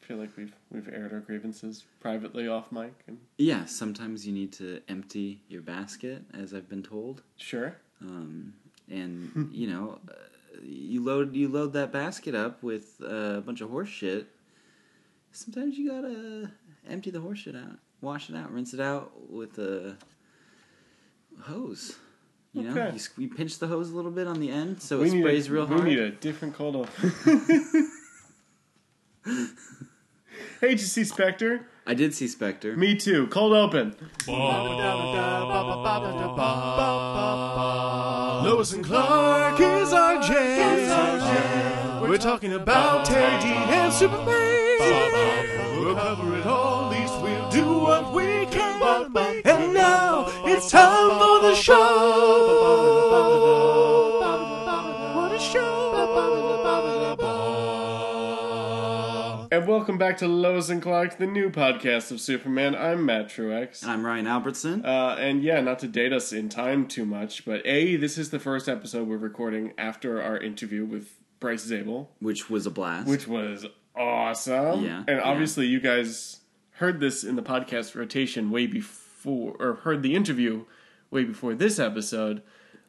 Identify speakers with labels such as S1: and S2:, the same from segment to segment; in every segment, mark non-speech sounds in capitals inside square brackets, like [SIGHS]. S1: feel like we've we've aired our grievances privately off mic and
S2: Yeah, sometimes you need to empty your basket, as I've been told.
S1: sure.
S2: Um,
S1: Hmm.
S2: and you know, uh, you load you load that basket up with uh, a bunch of horse shit. Sometimes you gotta empty the horse shit out, wash it out, rinse it out with a hose. You know,
S1: Okay.
S2: you, sque- you pinch the hose a little bit on the end so it
S1: need
S2: sprays
S1: a,
S2: real
S1: we
S2: hard.
S1: need a different cold open. hey, did you see Spectre?
S2: I did see Spectre.
S1: Me too. Cold open.
S3: Lois and Clark is our jam. We're talking about Terry D and Superman. We'll cover it all, at least we'll do what we can. And now it's time for the show. What a show!
S1: And welcome back to Lois and Clark, the new podcast of Superman. I'm Matt Truex.
S2: And I'm Ryan Albertson.
S1: Uh, and yeah, not to date us in time too much, but A, this is the first episode we're recording after our interview with Bryce Zabel,
S2: which was a blast.
S1: which was awesome.
S2: Yeah,
S1: And
S2: yeah.
S1: obviously, you guys heard this in the podcast rotation way before, or heard the interview way before this episode,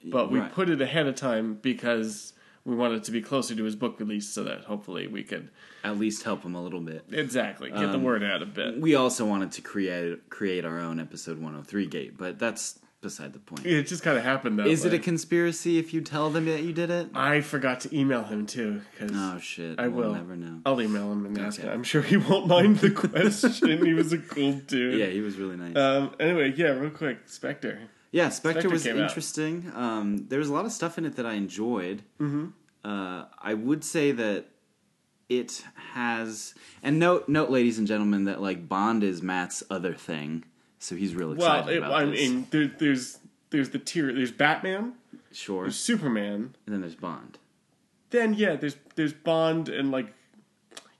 S1: but we
S2: Right.
S1: put it ahead of time because we wanted to be closer to his book release so that hopefully we could
S2: At least help him a little bit.
S1: exactly get
S2: Um,
S1: the word out a bit.
S2: We also wanted to create create our own episode 103 gate, but that's beside the point.
S1: It just kind of happened though.
S2: Is it a conspiracy if you tell them that you did it?
S1: I forgot to email him too because
S2: Oh shit!
S1: I
S2: we'll
S1: will.
S2: never know.
S1: I'll email him and ask
S2: Okay.
S1: him. I'm sure he won't [LAUGHS] mind the question. he was a cool dude.
S2: Yeah, he was really nice.
S1: Um, anyway, yeah, real quick, Spectre.
S2: yeah, Spectre,
S1: Spectre
S2: was
S1: came out.
S2: interesting. Um, there was a lot of stuff in it that I enjoyed. Mm-hmm. Uh, I would say that it has. And note, note, ladies and gentlemen, that like Bond is Matt's other thing, so he's real excited
S1: Well, it,
S2: about
S1: I
S2: this.
S1: mean, there, there's there's the tier. There's Batman,
S2: sure.
S1: there's Superman.
S2: And then there's Bond.
S1: Then yeah, there's there's Bond and like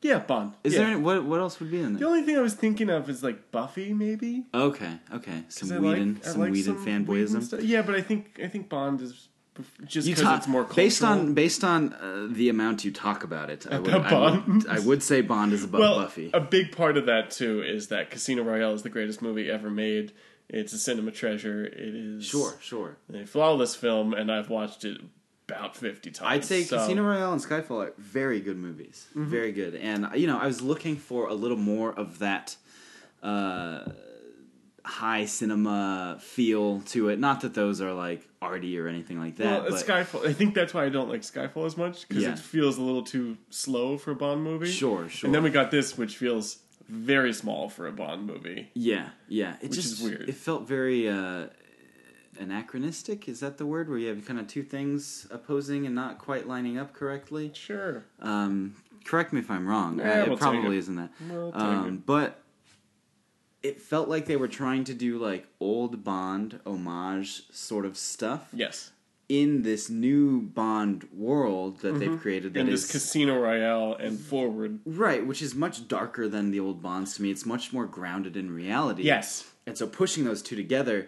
S1: yeah, Bond.
S2: Is
S1: Yeah.
S2: there any, what? What else would be in there?
S1: The only thing I was thinking of is like Buffy, maybe.
S2: Okay, okay.
S1: 'Cause I
S2: Some Whedon,
S1: I
S2: some Whedon
S1: Whedon
S2: fanboyism.
S1: stuff. Yeah, but I think I think Bond is bef- just
S2: You
S1: because
S2: talk
S1: it's more cultural.
S2: based on based on uh, the amount you talk about it. I would,
S1: About
S2: I would-
S1: Bond.
S2: I would say Bond is above
S1: well, uh,
S2: Buffy.
S1: a big part of that too is that Casino Royale is the greatest movie ever made. It's a cinema treasure. It is
S2: sure, sure.
S1: a flawless film, and I've watched it about fifty times.
S2: I'd say
S1: so- Mm-hmm.
S2: Casino Royale and Skyfall are very good movies, very good. And you know, I was looking for a little more of that uh, high cinema feel to it. Not that those are like arty or anything like that.
S1: Well,
S2: but
S1: Skyfall. I think that's why I don't like Skyfall as much because
S2: Yeah.
S1: it feels a little too slow for a Bond movie.
S2: Sure, sure.
S1: And then we got this, which feels very small for a Bond movie.
S2: Yeah, yeah. It
S1: Which
S2: just
S1: is weird.
S2: It felt very uh, anachronistic. Is that the word where you have kind of two things opposing and not quite lining up correctly?
S1: Sure.
S2: Um, correct me if I'm wrong.
S1: Eh,
S2: Uh,
S1: we'll
S2: it
S1: take
S2: probably
S1: it.
S2: isn't that.
S1: We'll take
S2: um, but it felt like they were trying to do like old Bond homage sort of stuff
S1: Yes.
S2: in this new Bond world that they've created. That is
S1: And Mm-hmm. this Casino Royale and Forward.
S2: right, which is much darker than the old Bonds to me. It's much more grounded in reality.
S1: Yes.
S2: And so pushing those two together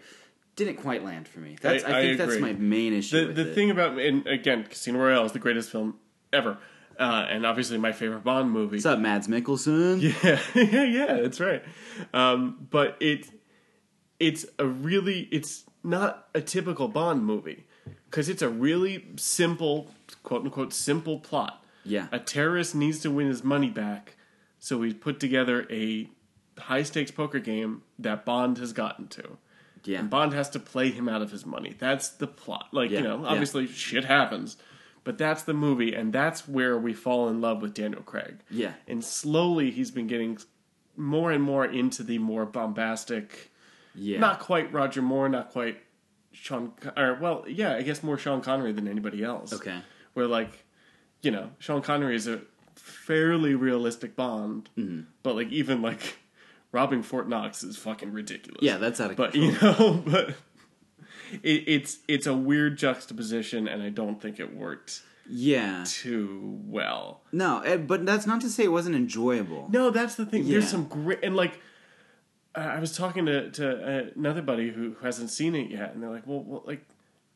S2: didn't quite land for me. That's, I,
S1: I
S2: think that's
S1: agree.
S2: my main issue.
S1: The
S2: with
S1: the
S2: it.
S1: thing about and again, Casino Royale is the greatest film ever, uh, and obviously my favorite Bond movie.
S2: What's up, Mads Mikkelsen?
S1: Yeah, [LAUGHS] yeah, yeah, that's right. Um, but it it's a really it's not a typical Bond movie because it's a really simple quote unquote simple plot.
S2: Yeah.
S1: A terrorist needs to win his money back, so we put together a high stakes poker game that Bond has gotten to.
S2: Yeah.
S1: And Bond has to play him out of his money. That's the plot. Like,
S2: Yeah,
S1: you know,
S2: yeah.
S1: obviously shit happens. But that's the movie, and that's where we fall in love with Daniel Craig.
S2: Yeah.
S1: And slowly he's been getting more and more into the more bombastic,
S2: yeah.
S1: not quite Roger Moore, not quite Sean, Con- or well, yeah, I guess more Sean Connery than anybody else.
S2: Okay.
S1: Where, like, you know, Sean Connery is a fairly realistic Bond,
S2: Mm-hmm.
S1: but, like, even, like, robbing Fort Knox is fucking ridiculous
S2: Yeah, that's out of
S1: but
S2: control.
S1: you know, [LAUGHS] but it, it's it's a weird juxtaposition, and I don't think it worked
S2: Yeah.
S1: too well.
S2: No, eh, but that's not to say it wasn't enjoyable.
S1: No, that's the thing.
S2: Yeah.
S1: There's some great and like I uh, I was talking to to another buddy who, who hasn't seen it yet, and they're like, well, well, like,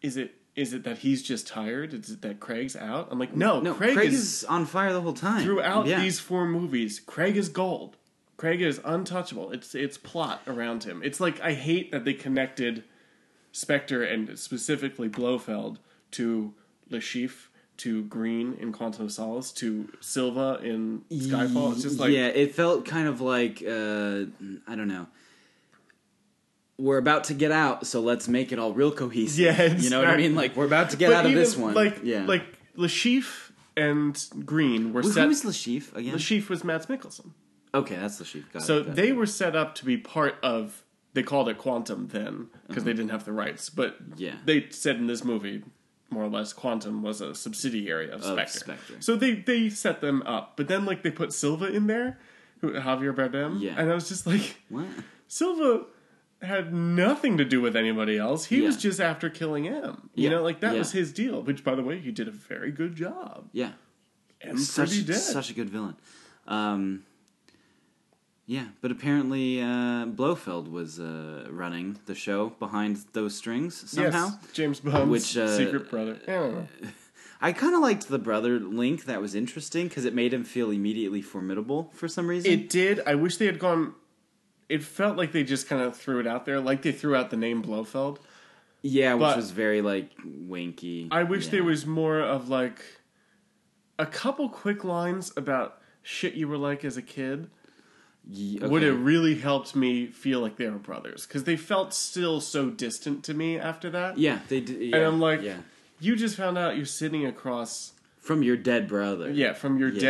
S1: is it Is it that he's just tired? Is it that Craig's out? I'm like, no,
S2: No,
S1: Craig,
S2: Craig,
S1: is,
S2: is, on fire the whole time.
S1: throughout
S2: Yeah.
S1: these four movies. Craig is gold. Craig is untouchable. It's it's plot around him. It's like I hate that they connected Spectre and specifically Blofeld to Lashif to Green in Quantum of Solace to Silva in Skyfall. It's just like
S2: yeah, it felt kind of like uh, I don't know. We're about to get out, so let's make it all real cohesive.
S1: Yeah,
S2: you know what I
S1: exactly.
S2: mean. Like we're about to get
S1: But
S2: out of
S1: even,
S2: this one.
S1: Like
S2: yeah,
S1: like Lashif and Green were
S2: Who-
S1: set.
S2: who is Lashif again?
S1: Lashif was Mads Mikkelsen.
S2: Okay, that's Lashif. Got
S1: So
S2: it, got
S1: they
S2: it.
S1: were set up to be part of. They called it Quantum then because they didn't have the rights, but
S2: Uh-huh. Yeah.
S1: they said in this movie more or less Quantum was a subsidiary of Spectre.
S2: Spectre.
S1: So they they set them up, but then like they put Silva in there, who, Javier Bardem,
S2: Yeah.
S1: and I was just like,
S2: what?
S1: Silva had nothing to do with anybody else. He was
S2: Yeah.
S1: just after killing M. You
S2: Yeah.
S1: know, like that
S2: Yeah.
S1: was his deal. Which, by the way, he did a very good job.
S2: Yeah, Mm,
S1: And pretty
S2: such
S1: dead.
S2: such a good villain. Um, yeah, but apparently uh, Blofeld was uh, running the show behind those strings
S1: yes,
S2: somehow.
S1: James Bond's
S2: Which, uh,
S1: secret brother. I don't know.
S2: I kind of liked the brother link. That was interesting because it made him feel immediately formidable for some reason.
S1: It did. I wish they had gone. It felt like they just kind of threw it out there, like they threw out the name Blofeld.
S2: yeah, which
S1: but-
S2: was very like winky.
S1: I wish
S2: yeah.
S1: there was more of like a couple quick lines about shit you were like as a kid.
S2: Ye- okay.
S1: Would have really helped me feel like they were brothers because they felt still so distant to me after that.
S2: Yeah, they did. Yeah,
S1: and I'm like,
S2: yeah,
S1: you just found out you're sitting across,
S2: from your dead brother.
S1: yeah, from your
S2: Yeah.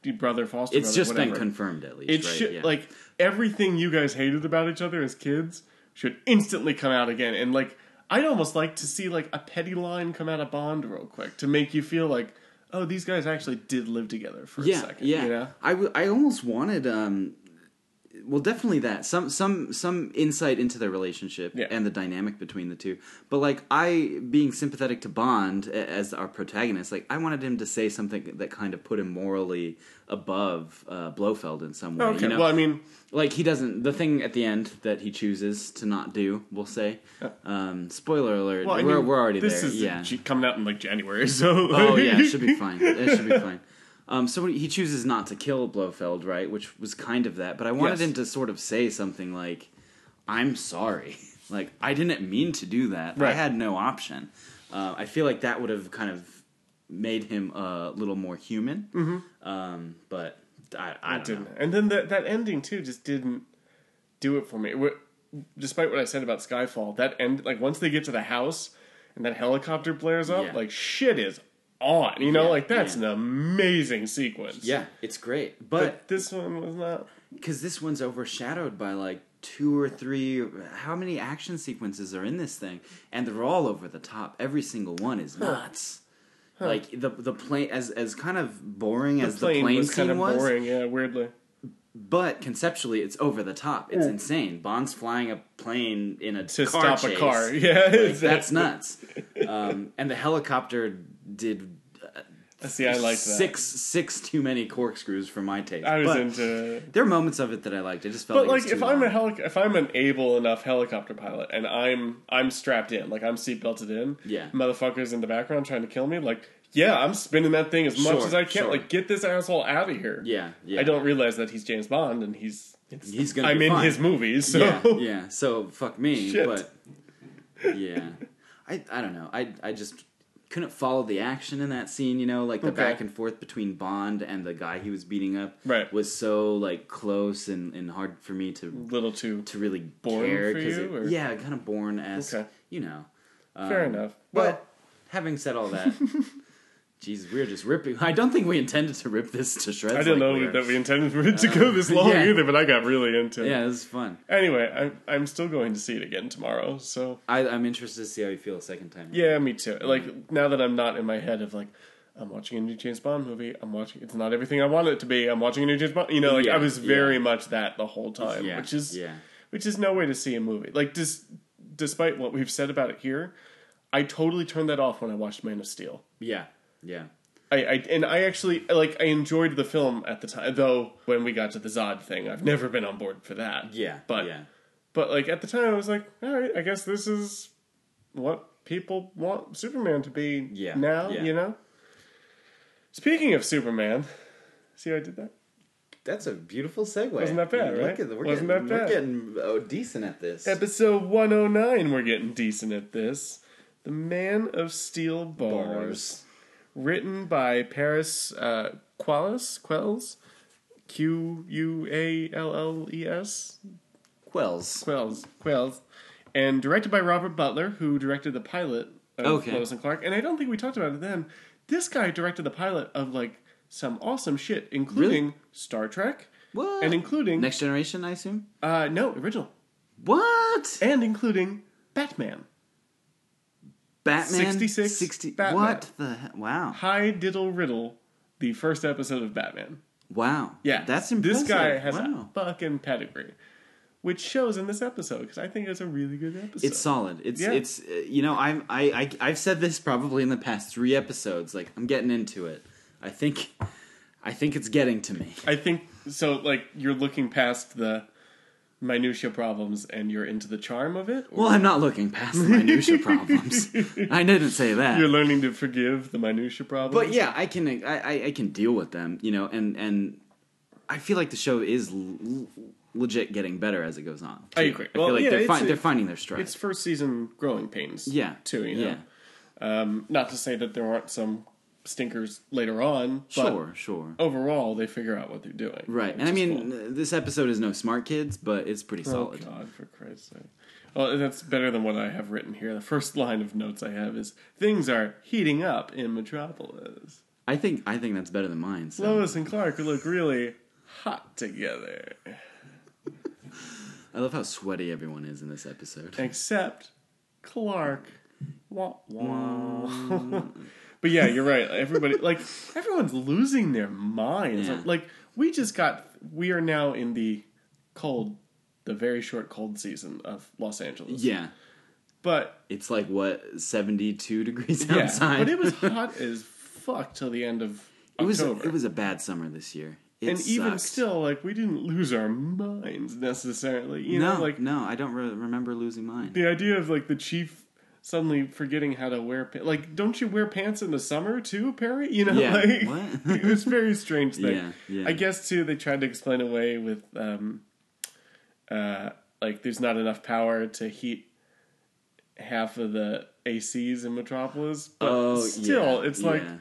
S1: dead brother, foster.
S2: it's
S1: brother,
S2: just
S1: whatever.
S2: been confirmed at least.
S1: It
S2: right?
S1: should
S2: yeah.
S1: like everything you guys hated about each other as kids should instantly come out again. And like I'd almost like to see like a petty line come out of Bond real quick to make you feel like, oh, these guys actually did live together for a
S2: yeah,
S1: second.
S2: yeah.
S1: You know?
S2: I, w- I almost wanted um, well, definitely that some some some insight into their relationship
S1: Yeah.
S2: and the dynamic between the two. But like I being sympathetic to Bond a- as our protagonist, like I wanted him to say something that kind of put him morally above uh, Blofeld in some way.
S1: Okay.
S2: you know?
S1: Well, I mean,
S2: like he doesn't the thing at the end that he chooses to not do. We'll say, um, spoiler alert,
S1: well, I
S2: we're
S1: mean,
S2: we're already
S1: this
S2: there.
S1: is
S2: yeah,
S1: G- coming out in like January, [LAUGHS] so
S2: Oh yeah, it
S1: [LAUGHS]
S2: should be fine. It should be fine. Um, so he chooses not to kill Blofeld, right? Which was kind of that, but I wanted
S1: Yes.
S2: him to sort of say something like, "I'm sorry, [LAUGHS] like I didn't mean to do that. I
S1: Right.
S2: had no option." Uh, I feel like that would have kind of made him a little more human. Um, but I, I don't
S1: Mm-hmm. didn't.
S2: know.
S1: And then that that ending too just didn't do it for me. It wa- despite what I said about Skyfall, that end like once they get to the house and that helicopter blares up,
S2: Yeah.
S1: like shit is on. You know,
S2: Yeah,
S1: like that's
S2: yeah.
S1: an amazing sequence.
S2: Yeah, it's great,
S1: But
S2: but
S1: this one was not.
S2: because this one's overshadowed by like two or three how many action sequences are in this thing and they're all over the top every single one is nuts like the the plane as as kind of boring as the plane
S1: was
S2: scene
S1: kind of
S2: was
S1: boring. Yeah, weirdly.
S2: but conceptually it's over the top it's insane bond's flying a plane in a
S1: To
S2: car
S1: stop
S2: chase.
S1: a car. [LAUGHS] Yeah,
S2: [LAUGHS] that's nuts um, and the helicopter did
S1: See, I liked that.
S2: six six too many corkscrews for my taste
S1: I was
S2: but
S1: into.
S2: there are moments of it that i liked i just felt
S1: But
S2: like,
S1: like, if I'm a helic, if I'm an able enough helicopter pilot, and I'm I'm strapped in, like I'm seatbelted in,
S2: Yeah.
S1: motherfuckers in the background trying to kill me, like, yeah, I'm spinning that thing as much
S2: Sure,
S1: as I can,
S2: sure.
S1: like, get this asshole out of here.
S2: yeah, yeah
S1: I don't realize that he's James Bond, and he's it's,
S2: He's gonna
S1: I'm
S2: be
S1: in
S2: fine.
S1: his movies, so
S2: [LAUGHS] Yeah, yeah. So fuck me,
S1: Shit.
S2: but yeah, I I don't know. I I just couldn't follow the action in that scene. You know, like the
S1: Okay.
S2: back and forth between Bond and the guy he was beating up
S1: Right.
S2: was so like close and and hard for me to
S1: [LAUGHS] little too
S2: to really
S1: Boring
S2: care
S1: for
S2: it,
S1: you, or-
S2: yeah, kind of born as
S1: Okay.
S2: you know. Um,
S1: fair enough.
S2: But having said all
S1: [LAUGHS]
S2: that. Jeez, we're just ripping. I don't think we intended to rip this to shreds.
S1: I didn't
S2: like
S1: know
S2: we are.
S1: that we intended for it to go this long
S2: yeah.
S1: either, but I got really into it.
S2: Yeah, this is fun.
S1: Anyway, I'm I'm still going to see it again tomorrow, so
S2: I, I'm interested to see how you feel a second time.
S1: Yeah, me too. Like now that I'm not in my head of like I'm watching a new James Bond movie. I'm watching. It's not everything I want it to be. I'm watching a new James Bond. You know, like
S2: Yeah,
S1: I was
S2: yeah.
S1: very much that the whole time,
S2: Yeah,
S1: which is
S2: yeah.
S1: which is no way to see a movie. Like just despite what we've said about it here, I totally turned that off when I watched Man of Steel.
S2: Yeah, yeah.
S1: I, I and I actually like I enjoyed the film at the time, though when we got to the Zod thing, I've never been on board for that.
S2: Yeah,
S1: but
S2: yeah,
S1: but like at the time, I was like, all right, I guess this is what people want Superman to be
S2: Yeah,
S1: now,
S2: yeah.
S1: you know? Speaking of Superman, see how I did that?
S2: That's a beautiful segue.
S1: Wasn't that bad,
S2: Look
S1: right?
S2: at the- we're
S1: Wasn't
S2: getting,
S1: that bad?
S2: We're getting oh, decent at this.
S1: Episode 109, we're getting decent at this. The Man of Steel Bars. Written by Paris uh, Qualis, Quells? Q U A L L E S?
S2: Quells.
S1: Quells. Quells. And directed by Robert Butler, who directed the pilot of
S2: Okay.
S1: Lois and Clark. And I don't think we talked about it then. This guy directed the pilot of like some awesome shit, including Star Trek.
S2: What?
S1: And including
S2: Next Generation, I assume.
S1: uh no, original.
S2: What?
S1: And including Batman.
S2: Batman.
S1: 66
S2: 60
S1: Batman.
S2: What the? he- Wow.
S1: High Diddle Riddle, the first episode of Batman.
S2: Wow.
S1: Yeah.
S2: That's impressive.
S1: This guy has
S2: wow.
S1: a fucking pedigree. Which shows in this episode, because I think it's a really good episode.
S2: It's solid. It's
S1: Yeah.
S2: it's uh, you know I'm I, I I've said this probably in the past three episodes. Like I'm getting into it. I think I think it's getting to me.
S1: I think so. Like you're looking past the minutia problems and you're into the charm of it.
S2: Well, I'm not looking past
S1: [LAUGHS]
S2: the minutia problems. I didn't say that.
S1: You're learning to forgive the minutia problems.
S2: But yeah, I can I, I, I can deal with them, you know, and and I feel like the show is l- l- legit getting better as it goes on.
S1: I agree.
S2: I
S1: Well,
S2: feel like
S1: yeah,
S2: they're
S1: it's-
S2: fin- they're finding their stride.
S1: it's first season growing pains.
S2: yeah,
S1: too. You know?
S2: yeah,
S1: Not to say that there aren't some stinkers later on. But
S2: sure, sure.
S1: Overall, they figure out what they're doing.
S2: right,
S1: which
S2: and I
S1: is
S2: mean, uh,
S1: cool.
S2: this episode is no smart kids, but it's pretty
S1: oh
S2: solid.
S1: God, for Christ's sake. Well, that's better than what I have written here. The first line of notes I have is things are heating up in Metropolis.
S2: I think I think that's better than mine. So.
S1: Lois and Clark look really hot together.
S2: I love how sweaty everyone is in this episode.
S1: except Clark. Wah,
S2: Mm.
S1: wah. [LAUGHS] but yeah, you're right. Everybody, like everyone's losing their minds.
S2: Yeah.
S1: Like we just got, we are now in the cold, the very short cold season of Los Angeles.
S2: yeah, [LAUGHS]
S1: but
S2: it's like what seventy two degrees
S1: yeah,
S2: outside.
S1: but it was hot as fuck till the end of
S2: it was
S1: October.
S2: it was a bad summer this year. It
S1: and even
S2: sucked.
S1: still, like we didn't lose our minds necessarily. You
S2: no,
S1: know, like
S2: no, I don't re- remember losing mine.
S1: the idea of like the chief suddenly forgetting how to wear pa- like don't you wear pants in the summer too perry you know
S2: Yeah,
S1: like [LAUGHS]
S2: what?
S1: it was a very strange thing
S2: Yeah, yeah.
S1: i guess too they tried to explain away with um uh like there's not enough power to heat half of the acs in metropolis but still
S2: Oh, yeah,
S1: it's like
S2: yeah,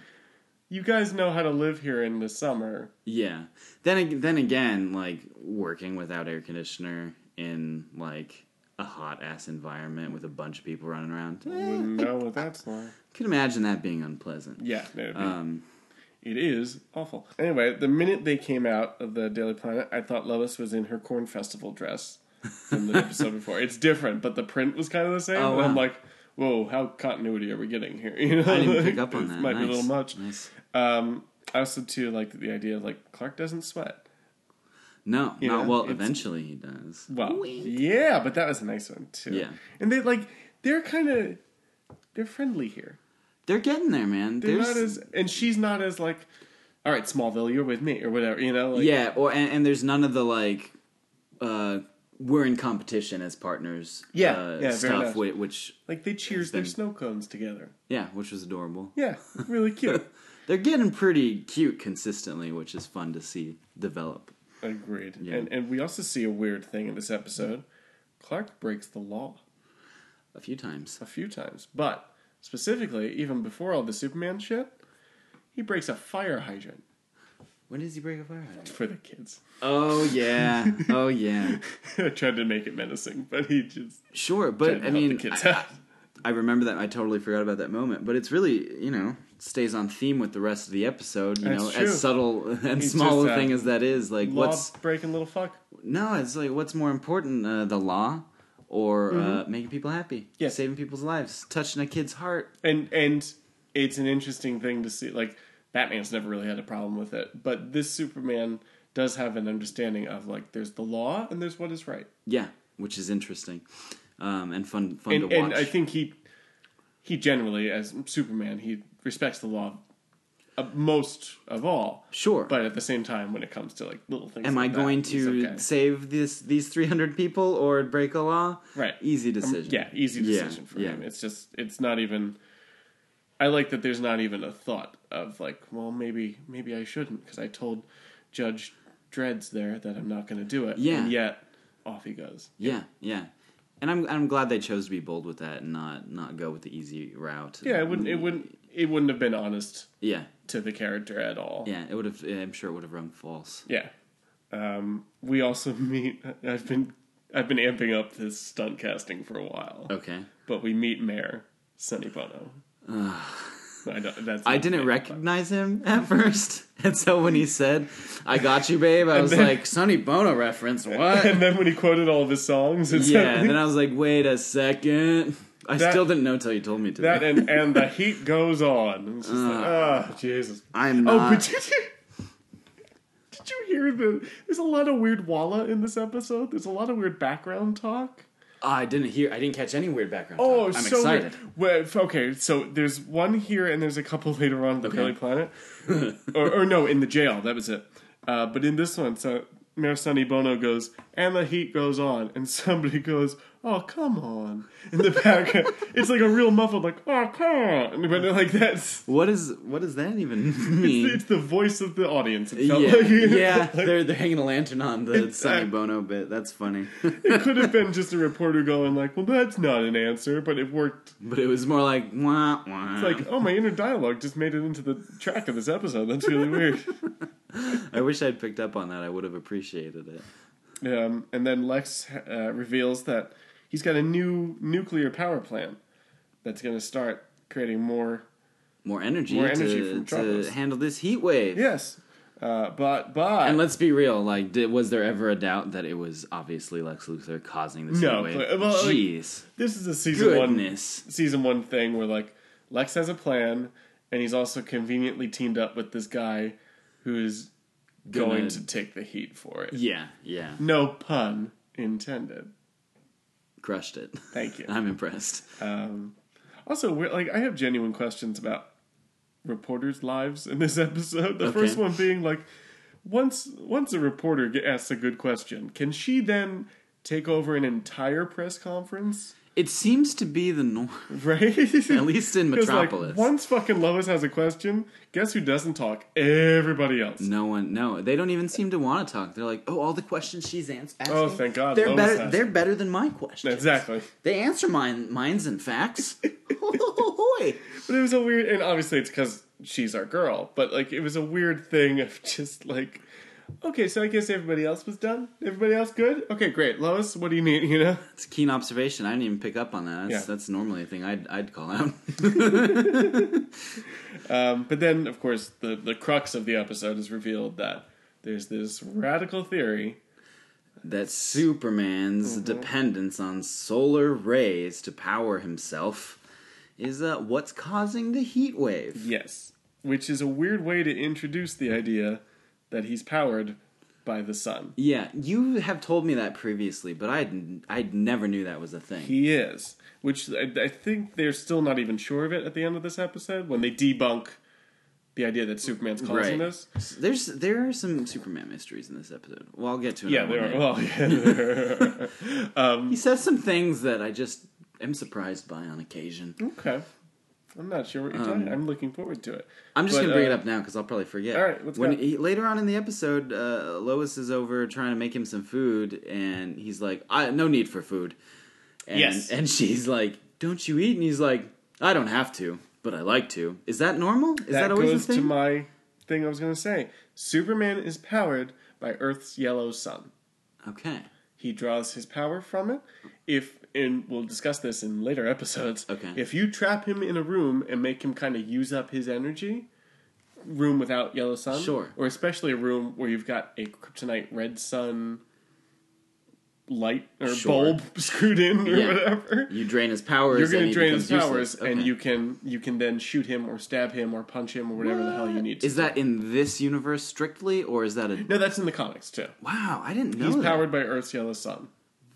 S1: you guys know how to live here in the summer
S2: yeah. Then ag- then again, like working without air conditioner in like a hot ass environment with a bunch of people running around. Eh,
S1: wouldn't know what that's like
S2: could imagine that being unpleasant.
S1: yeah it'd be [LAUGHS]
S2: Um,
S1: It is awful. Anyway, the minute they came out of the Daily Planet, I thought Lois was in her corn festival dress from the episode before. It's different, but the print was kind of the same.
S2: Oh,
S1: and I'm
S2: wow.
S1: like, whoa, how continuity are we getting here? [LAUGHS] You know,
S2: I didn't
S1: like,
S2: pick up on that.
S1: It might
S2: nice.
S1: be a little much.
S2: Nice.
S1: Um, I also too like the idea of like Clark doesn't sweat.
S2: No,
S1: You
S2: not
S1: know,
S2: well.
S1: it's-
S2: Eventually, he does.
S1: Well, yeah, but that was a nice one too.
S2: Yeah.
S1: and they like they're kind of they're friendly here.
S2: They're getting there, man.
S1: They're
S2: There's-
S1: not as and she's not as like, all right, Smallville, you're with me or whatever. You know, like,
S2: yeah, or and, and there's none of the like uh we're in competition as partners.
S1: Yeah,
S2: uh,
S1: yeah, very
S2: stuff
S1: nice.
S2: which, which
S1: Like they cheers their
S2: Then-
S1: snow cones together.
S2: yeah, which was adorable.
S1: Yeah, [LAUGHS] really cute.
S2: They're getting pretty cute consistently, which is fun to see develop.
S1: Agreed.
S2: Yeah.
S1: And and we also see a weird thing in this episode. Clark breaks the law
S2: A few times.
S1: a few times, but specifically, even before all the Superman shit, he breaks a fire hydrant
S2: When does he break a fire hydrant?
S1: for the kids. [LAUGHS]
S2: Oh yeah, oh yeah.
S1: I tried to make it menacing, but he just
S2: Sure,
S1: tried
S2: but
S1: to
S2: I
S1: help the
S2: mean,
S1: kids
S2: I-
S1: out.
S2: I remember that. I totally forgot about that moment, but it's really you know stays on theme with the rest of the episode. You
S1: That's
S2: know,
S1: true.
S2: as subtle [LAUGHS] and
S1: He's
S2: small
S1: just,
S2: a
S1: uh,
S2: thing as that is, like
S1: [LAUGHS] Law
S2: what's
S1: breaking little fuck.
S2: no, it's like what's more important, uh, the law or uh,
S1: Mm-hmm.
S2: making people happy,
S1: Yeah.
S2: saving people's lives, touching a kid's heart.
S1: and and it's an interesting thing to see like batman's never really had a problem with it but this superman does have an understanding of like there's the law and there's what is right
S2: Yeah, which is interesting um, and fun fun
S1: and
S2: to watch.
S1: and i think he he generally as superman he respects the law of uh, most of all.
S2: Sure.
S1: But at the same time, when it comes to like little things,
S2: Am I
S1: like that,
S2: going
S1: it's
S2: to
S1: okay.
S2: save this these 300 people or break a law?
S1: Right. Um,
S2: Easy decision.
S1: Yeah, easy
S2: Yeah,
S1: decision for
S2: yeah.
S1: him. It's just it's not even. I like that there's not even a thought of like, well, maybe maybe I shouldn't because I told Judge Dreads there that I'm not going to do it.
S2: Yeah.
S1: and yet off he goes.
S2: Yeah, yeah. And I'm I'm glad they chose to be bold with that and not not go with the easy route.
S1: Yeah, it wouldn't it wouldn't it wouldn't have been honest
S2: Yeah.
S1: to the character at all.
S2: Yeah, it would have I'm sure it would have rung false.
S1: Yeah. Um, we also [LAUGHS] meet. I've been I've been amping up this stunt casting for a while,
S2: Okay.
S1: but we meet Mayor Sonny
S2: [SIGHS]
S1: Bono. I don't, that's
S2: I
S1: not
S2: didn't
S1: Mayor,
S2: recognize him [LAUGHS] at first. And so when he said, I got you, babe, I was
S1: then-
S2: like, Sonny Bono reference,
S1: but-
S2: what?
S1: And then when he quoted all of his songs, and
S2: yeah,
S1: yeah,
S2: and then I was like, wait a second. I
S1: That-
S2: still didn't know until you told me to.
S1: that and and the heat goes on. It's just like, oh, Jesus.
S2: Uh, I'm
S1: Oh,
S2: not.
S1: but [LAUGHS] did you, did you hear the? There's a lot of weird walla in this episode. There's a lot of weird background talk.
S2: I didn't hear. I didn't catch any weird background.
S1: Oh,
S2: talk. I'm
S1: so
S2: excited.
S1: Weird. Well, okay, so there's one here, and there's a couple [LAUGHS] later on in the
S2: Okay.
S1: Daily Planet,
S2: [LAUGHS]
S1: or, or no, in the jail. That was it. Uh, but in this one, so Mayor Sonny Bono goes, and the heat goes on, and somebody goes, "Oh, come on!" In the background,
S2: [LAUGHS]
S1: it's like a real muffled, like, "Oh, come on!" But like that's
S2: What is what does
S1: [LAUGHS]
S2: that even [LAUGHS] mean?
S1: it's the voice of the audience. It
S2: Yeah,
S1: [LAUGHS] felt like
S2: yeah, they're they're hanging a lantern on the
S1: It's,
S2: Sonny
S1: uh,
S2: Bono bit. That's funny, [LAUGHS]
S1: it could have been just a reporter going, like, "Well, that's not an answer," but it worked
S2: but it was more like wah wah.
S1: It's like, oh, my inner dialogue just made it into the track of this episode. That's really
S2: [LAUGHS]
S1: weird.
S2: I wish I'd picked up on that. I would have appreciated it.
S1: Um, and then Lex uh, reveals that he's got a new nuclear power plant that's going to start creating more.
S2: More energy,
S1: More energy
S2: to,
S1: from
S2: to
S1: Tropos.
S2: handle this heat wave.
S1: Yes, uh, but but
S2: And let's be real, like, did, was there ever a doubt that it was obviously Lex Luthor causing this
S1: No,
S2: heat
S1: but-
S2: wave?
S1: well, like,
S2: Jeez,
S1: this is a season
S2: goodness.
S1: one season one thing where like Lex has a plan, and he's also conveniently teamed up with this guy who's going
S2: Gonna-
S1: to take the heat for it.
S2: Yeah, yeah,
S1: No pun intended.
S2: crushed it.
S1: Thank you.
S2: [LAUGHS] I'm impressed.
S1: Also, we're, like I have genuine questions about reporters' lives in this episode. The
S2: Okay.
S1: first one being like, once once a reporter ge- asks a good question, can she then take over an entire press conference? [LAUGHS]
S2: It seems to be the norm.
S1: Right?
S2: At least
S1: [LAUGHS]
S2: in
S1: 'Cause, like,
S2: Metropolis.
S1: once fucking Lois has a question, guess who doesn't talk? Everybody else.
S2: No one, no, they don't even seem to want to talk. They're like, oh, all the questions she's ans- asking.
S1: Oh, thank God,
S2: They're
S1: Lois
S2: better.
S1: asked.
S2: They're better than my questions.
S1: Exactly.
S2: They answer mine, mines
S1: [LAUGHS]
S2: and facts.
S1: But it was a weird, and obviously it's because she's our girl. But like, it was a weird thing of just like, okay, so I guess everybody else was done. Everybody else good. Okay, great. Lois, what do you need? [LAUGHS] You know,
S2: It's a keen observation. I didn't even pick up on that. That's,
S1: Yeah.
S2: that's normally a thing I'd, I'd call
S1: [LAUGHS]
S2: out.
S1: Um, but then, of course, the, the crux of the episode is revealed that there's this radical theory.
S2: that Superman's
S1: Mm-hmm.
S2: dependence on solar rays to power himself is uh, what's causing the heat wave.
S1: Yes. Which is a weird way to introduce the idea that he's powered by the sun.
S2: Yeah, you have told me that previously, but I I never knew that was a thing.
S1: He is. Which I, I think they're still not even sure of it at the end of this episode when they debunk the idea that Superman's causing this.
S2: There's there are some Superman mysteries in this episode. Well, I'll get to it.
S1: Yeah,
S2: in a
S1: they are.
S2: minute.
S1: [LAUGHS] Well, um, yeah, they are.
S2: He says some things that I just am surprised by on occasion.
S1: okay. I'm not sure what you're talking. I'm looking forward to it.
S2: Um, I'm just
S1: But,
S2: gonna bring
S1: uh,
S2: it up now because I'll probably forget.
S1: all right, let's
S2: when
S1: go.
S2: He, later on in the episode, uh, Lois is over trying to make him some food, and he's like, "I no need for food." And,
S1: Yes.
S2: And she's like, "Don't you eat?" And he's like, "I don't have to, but I like to." Is that normal? Is that,
S1: that,
S2: always
S1: goes
S2: a thing?
S1: to my thing I was going to say. Superman is powered by Earth's yellow sun.
S2: okay.
S1: He draws his power from it. If and we'll discuss this in later episodes.
S2: Okay.
S1: If you trap him in a room and make him kind of use up his energy, room without yellow sun,
S2: Sure.
S1: or especially a room where you've got a kryptonite red sun light or
S2: Sure.
S1: bulb [LAUGHS] screwed in or
S2: Yeah.
S1: whatever.
S2: You drain his powers.
S1: You're going
S2: and
S1: to
S2: he
S1: drain his
S2: becomes
S1: powers,
S2: useless.
S1: and
S2: Okay.
S1: you can you can then shoot him or stab him or punch him or whatever the hell you need. to
S2: Is that in this universe strictly, or is that a?
S1: No, that's in the comics too.
S2: Wow, I didn't know.
S1: He's
S2: that.
S1: powered by Earth's yellow sun.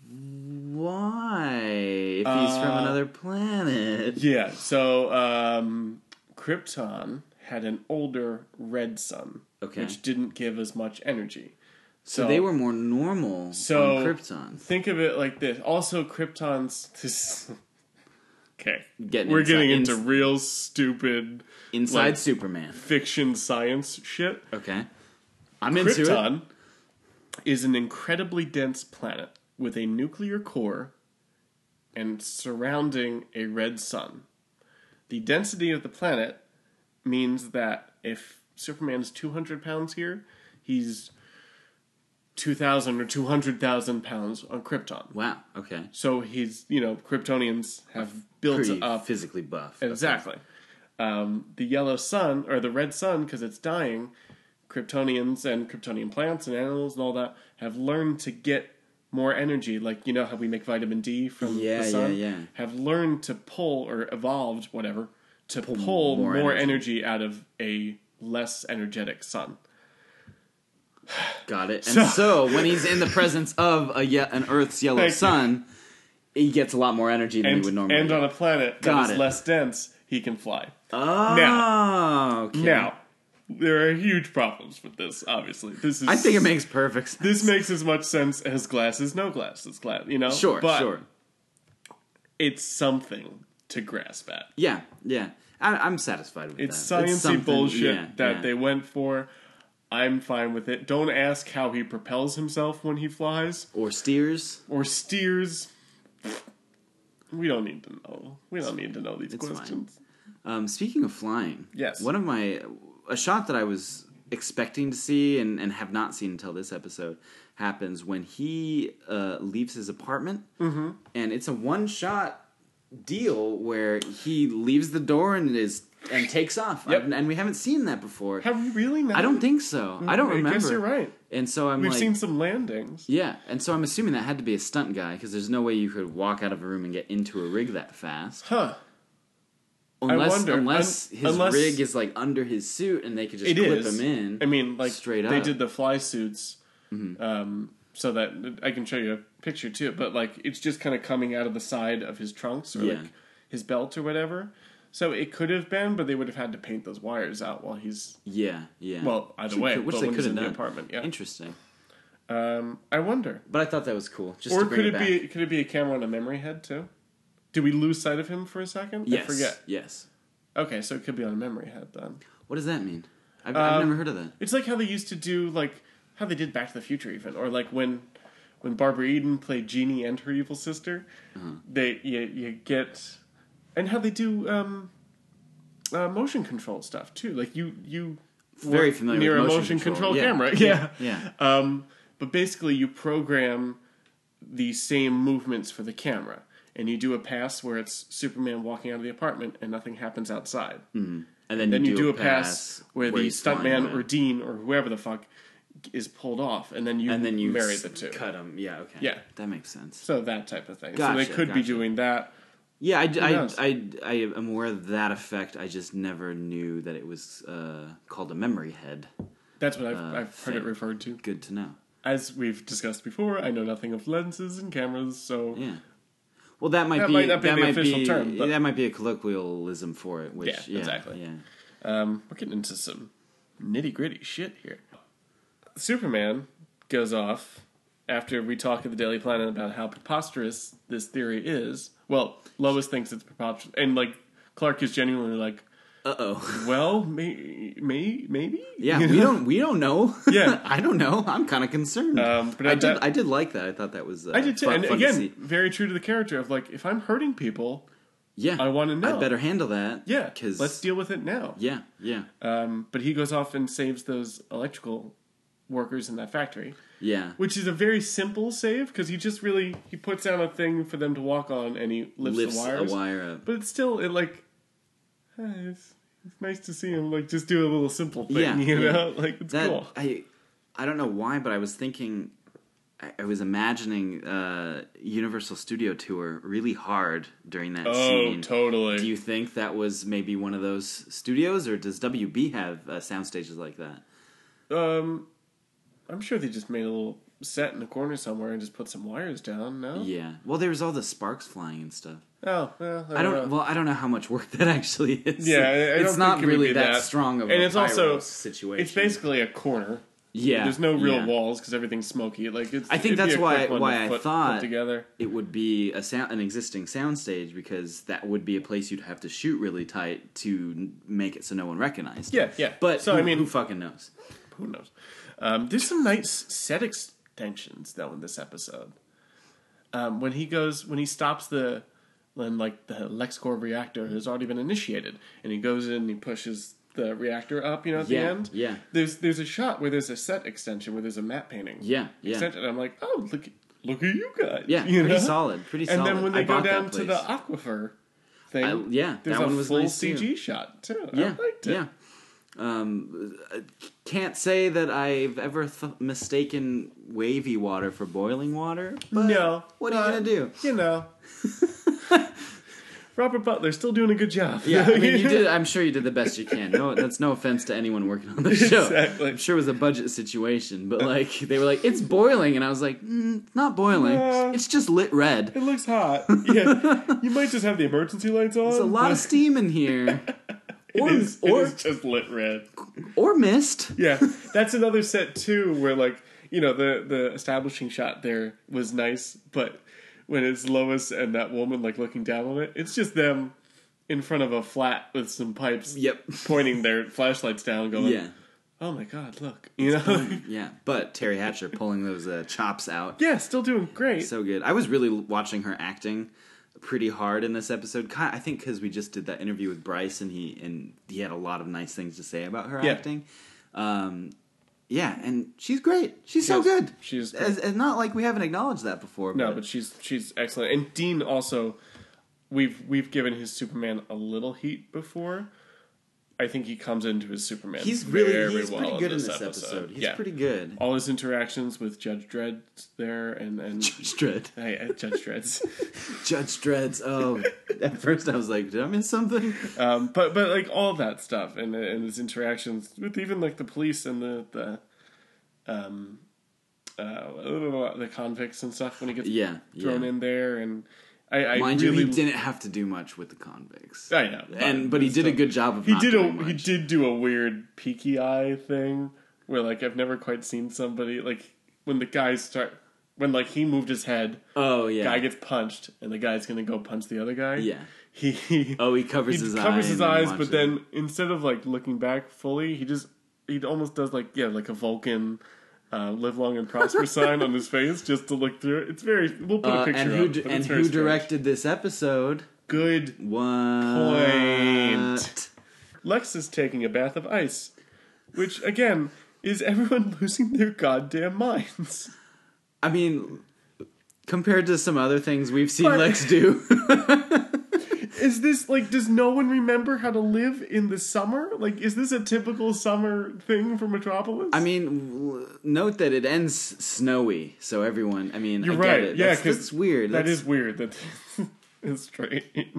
S2: Why? If he's from
S1: Uh,
S2: another planet.
S1: Yeah. So um, Krypton had an older red sun,
S2: Okay.
S1: which didn't give as much energy.
S2: So, they were more normal
S1: So-
S2: on Krypton.
S1: Think of it like this. Also, Krypton's this. [LAUGHS] okay,
S2: Getting
S1: we're
S2: inside-
S1: getting into
S2: ins-
S1: real stupid
S2: Inside
S1: like-
S2: Superman.
S1: fiction science shit.
S2: Okay. I'm into it.
S1: Krypton is an incredibly dense planet with a nuclear core and surrounding a red sun. The density of the planet means that if Superman's 200 pounds here, he's 2,000 or 200,000 pounds on Krypton.
S2: Wow. Okay.
S1: So he's, you know, Kryptonians have built
S2: Pretty
S1: up
S2: physically buff.
S1: Exactly. Um, the yellow sun or the red sun, because it's dying, Kryptonians and Kryptonian plants and animals and all that have learned to get more energy. Like you know how we make vitamin D from
S2: Yeah,
S1: the
S2: yeah,
S1: sun.
S2: yeah.
S1: Have learned to pull or evolved whatever to pull,
S2: more
S1: more,
S2: energy.
S1: energy. out of a less energetic sun.
S2: Got it. And so, when he's in the presence of a ye- an Earth's yellow
S1: Thank you.
S2: sun, he gets a lot more energy than
S1: And,
S2: he would normally.
S1: and on a planet that is
S2: Got it.
S1: less dense, he can fly.
S2: oh, okay.
S1: uh, Now, there are huge problems with this. Obviously, this is
S2: I think it makes perfect sense.
S1: this makes as much sense as glasses, no glasses, glass. You know,
S2: sure,
S1: but
S2: sure.
S1: It's something to grasp at.
S2: Yeah, yeah. I, I'm satisfied with
S1: It's
S2: that.
S1: sciency
S2: something-
S1: bullshit
S2: yeah,
S1: that
S2: yeah.
S1: they went for. I'm fine with it. Don't ask how he propels himself when he flies
S2: or steers.
S1: or steers. We don't need to know. We don't need to know these
S2: It's fine.
S1: questions.
S2: Um, speaking of flying,
S1: Yes.
S2: one of my a shot that I was expecting to see and, and have not seen until this episode happens when he uh, leaves his apartment, mm-hmm. and it's a one shot deal where he leaves the door and is and takes off.
S1: Yep.
S2: I've- and we haven't seen that before.
S1: Have we really not?
S2: I don't think so. I don't remember.
S1: I guess you're right.
S2: And so I'm
S1: We've
S2: like,
S1: seen some landings.
S2: yeah, and so I'm assuming that had to be a stunt guy because there's no way you could walk out of a room and get into a rig that fast.
S1: Huh.
S2: Unless,
S1: wonder.
S2: unless
S1: Un-
S2: his
S1: unless-
S2: rig is like under his suit and they could just
S1: It
S2: clip
S1: is.
S2: him in.
S1: I mean, like
S2: straight
S1: They
S2: up. Mm-hmm.
S1: did the fly suits, um, so that I can show you a picture too. But like, it's just kind of coming out of the side of his trunks or
S2: Yeah.
S1: like his belt or whatever. So it could have been, but they would have had to paint those wires out while he's
S2: yeah, yeah.
S1: well. Either
S2: Which
S1: way,
S2: could- which
S1: but
S2: they
S1: when
S2: could
S1: he's
S2: have
S1: in the
S2: done.
S1: apartment. Yeah,
S2: Interesting,
S1: um, I wonder.
S2: but I thought that was cool. Just
S1: or
S2: to bring
S1: could it
S2: it back.
S1: be? Could it be a camera on a memory head too? Did we lose sight of him for a second?
S2: Yes,
S1: I forget.
S2: Yes.
S1: Okay, so it could be on a memory head then.
S2: What does that mean? I've, I've
S1: Um,
S2: never heard of that.
S1: It's like how they used to do like how they did Back to the Future even, or like when when Barbara Eden played Jeannie and her evil sister.
S2: Mm-hmm.
S1: They you you get and how they do um, uh, motion control stuff too. Like you you
S2: Very
S1: work
S2: familiar
S1: near
S2: with
S1: a
S2: motion
S1: motion
S2: control.
S1: control,
S2: Yeah.
S1: camera. Yeah.
S2: Yeah.
S1: Um, but basically, you program the same movements for the camera, and you do a pass where it's Superman walking out of the apartment, and nothing happens outside
S2: And then,
S1: then
S2: you,
S1: you do, a pass, where, the
S2: he's flying
S1: stuntman
S2: around.
S1: or Dean or whoever the fuck is pulled off, and then you
S2: and then you
S1: marry
S2: s-
S1: the two.
S2: cut him. Yeah. Okay.
S1: Yeah.
S2: That makes sense.
S1: So that type of thing. so
S2: Gotcha,
S1: they could be
S2: gotcha.
S1: doing that.
S2: Yeah, I, d- I-
S1: knows?
S2: I- I am aware of that effect. I just never knew that it was uh, called a memory head.
S1: That's what I've, I've heard
S2: thing.
S1: it referred to.
S2: Good to know.
S1: As we've discussed before, I know nothing of lenses and cameras, so
S2: Yeah. Well, that might
S1: That
S2: be
S1: might not be
S2: that
S1: the
S2: might
S1: official
S2: be
S1: term, but-
S2: that might be a colloquialism for it. Which, yeah,
S1: Yeah, exactly.
S2: Yeah.
S1: um, we're getting into some nitty gritty shit here. Superman goes off after we talk at the Daily Planet about how preposterous this theory is. Well, Lois thinks it's preposterous, and like Clark is genuinely like,
S2: Uh oh.
S1: Well, may, may, maybe.
S2: [LAUGHS] Yeah, we don't we don't know.
S1: [LAUGHS] Yeah.
S2: [LAUGHS] I don't know. I'm kind of concerned.
S1: Um, but
S2: I
S1: at
S2: did
S1: that-
S2: I did like that. I thought that was uh,
S1: I did too.
S2: fun,
S1: And
S2: fun to
S1: again,
S2: see.
S1: very true to the character of like, if I'm hurting people,
S2: yeah,
S1: I wanna know.
S2: I better handle that.
S1: yeah,
S2: because
S1: let's deal with it now.
S2: yeah, yeah,
S1: Um, but he goes off and saves those electrical workers in that factory,
S2: yeah.
S1: which is a very simple save because he just really he puts down a thing for them to walk on and he lifts,
S2: Lifts
S1: the wires.
S2: a wire up.
S1: But it's still it like, eh, it's, it's nice to see him like just do a little simple thing.
S2: Yeah,
S1: you
S2: yeah.
S1: know, like it's
S2: that
S1: cool.
S2: I I don't know why, but I was thinking I, I was imagining uh, Universal Studio Tour really hard during that
S1: Oh,
S2: scene.
S1: totally.
S2: Do you think that was maybe one of those studios, or does WB have uh, sound stages like that?
S1: Um, I'm sure they just made a little set in a corner somewhere and just put some wires down. No.
S2: Yeah. Well, there was all the sparks flying and stuff.
S1: Oh, well,
S2: I don't. Well, I don't know how much work [LAUGHS] that actually is.
S1: Yeah, I- I don't
S2: it's
S1: think
S2: not
S1: it would
S2: really
S1: be
S2: that,
S1: that.
S2: strong of
S1: And
S2: a
S1: it's also-
S2: pyro situation.
S1: It's basically a corner.
S2: yeah.
S1: There's no real
S2: yeah.
S1: walls because everything's smoky. Like it's,
S2: I think
S1: it'd be
S2: that's
S1: a
S2: why-
S1: quick one to
S2: why I
S1: put- put
S2: thought-
S1: together.
S2: It would be a sound, an existing soundstage because that would be a place you'd have to shoot really tight to n- make it so no one recognized. it.
S1: Yeah, yeah.
S2: But
S1: so
S2: who,
S1: I mean,
S2: who fucking knows?
S1: who knows? Um, there's some nice set extensions though in this episode. Um, when he goes, when he stops the, when like the LexCorp reactor has already been initiated, and he goes in and he pushes the reactor up, you know, at
S2: Yeah,
S1: the end.
S2: yeah.
S1: There's there's a shot where there's a set extension where there's a map painting.
S2: Yeah, yeah.
S1: Extension. And I'm like, oh look, look at you guys.
S2: Yeah,
S1: you
S2: pretty
S1: know?
S2: solid. Pretty
S1: And
S2: solid.
S1: then when
S2: I
S1: they go
S2: bought that
S1: down to the
S2: place.
S1: aquifer thing,
S2: I- yeah,
S1: there's
S2: that
S1: a
S2: one was
S1: full
S2: nice, too.
S1: CG shot too. I
S2: yeah,
S1: liked it.
S2: yeah. Um, I can't say that I've ever th- mistaken wavy water for boiling water. But
S1: No.
S2: What are you
S1: but,
S2: gonna do?
S1: You know. Robert Butler's still doing a good job.
S2: Yeah,
S1: [LAUGHS]
S2: I mean, you did. I'm sure you did the best you can. No, that's no offense to anyone working
S1: [LAUGHS]
S2: on the show.
S1: Exactly.
S2: I'm sure it was a budget situation, but like they were like, "It's boiling," and I was like, mm, it's "Not boiling.
S1: Yeah.
S2: It's just lit red.
S1: It looks hot. Yeah. you might just have the emergency lights on.
S2: There's a lot of steam in here,
S1: but [LAUGHS]
S2: or
S1: it is,
S2: or
S1: it is just lit red.
S2: or mist."
S1: Yeah. That's another set too where like, you know, the the establishing shot there was nice, but when it's Lois and that woman like looking down on it, it's just them in front of a flat with some pipes
S2: Yep.
S1: pointing their flashlights down going,
S2: Yeah,
S1: "Oh my god, look." You [LAUGHS] know.
S2: yeah. But Terry Hatcher pulling those uh, chops out,
S1: yeah, still doing great.
S2: so good. I was really watching her acting pretty hard in this episode. Ki- I think because we just did that interview with Bryce, and he and he had a lot of nice things to say about her
S1: Yeah.
S2: acting. Um, yeah, and she's great. She's so
S1: Yes,
S2: good.
S1: she is
S2: As, and not like we haven't acknowledged that before.
S1: No, but she's she's excellent. And Dean also, we've we've given his Superman a little heat before. I think he comes into his Superman.
S2: he's really
S1: very
S2: he's
S1: well
S2: pretty good in this episode. He's
S1: yeah.
S2: pretty
S1: [LAUGHS]
S2: good.
S1: All his interactions with Judge Dredd there and and
S2: Judge Dredd.
S1: hey, uh, Judge Dredd's. [LAUGHS]
S2: Judge Dredd's. Oh, [LAUGHS] at first I was like, did I miss something?
S1: Um, but but like all that stuff and and his interactions with even like the police and the the. Um, uh, the convicts and stuff when he gets
S2: Yeah,
S1: thrown
S2: yeah.
S1: in there, and I, I
S2: Mind
S1: really
S2: you, he didn't have to do much with the convicts.
S1: I know,
S2: and but he did a
S1: still-
S2: good job of.
S1: He
S2: not
S1: did
S2: doing
S1: a he
S2: much.
S1: did do a weird peaky eye thing where like I've never quite seen somebody like when the guys start when like he moved his head,
S2: Oh yeah.
S1: guy gets punched and the guy's gonna go punch the other guy.
S2: Yeah.
S1: He, he
S2: Oh, he covers
S1: he
S2: his
S1: covers
S2: eye
S1: his
S2: and then
S1: eyes,
S2: watches.
S1: but then instead of like looking back fully, he just he almost does like yeah like a Vulcan. Uh, live long and prosper
S2: [LAUGHS]
S1: sign on his face just to look through it. It's very. We'll put
S2: Uh,
S1: a picture.
S2: and who
S1: up,
S2: d-
S1: but
S2: and
S1: it's very
S2: who
S1: strange.
S2: directed this episode?
S1: Good
S2: What?
S1: Lex is taking a bath of ice, which again is everyone [LAUGHS] losing their goddamn minds.
S2: I mean, compared to some other things we've seen
S1: But-
S2: Lex
S1: [LAUGHS]
S2: do,
S1: Is this like does no one remember how to live in the summer? Like is this a typical summer thing for Metropolis?
S2: I mean, w- note that it ends snowy, so everyone. I mean,
S1: you're
S2: I
S1: right.
S2: Get it.
S1: Yeah,
S2: that's,
S1: 'cause
S2: that's weird.
S1: That
S2: that's,
S1: is weird. That [LAUGHS] is strange.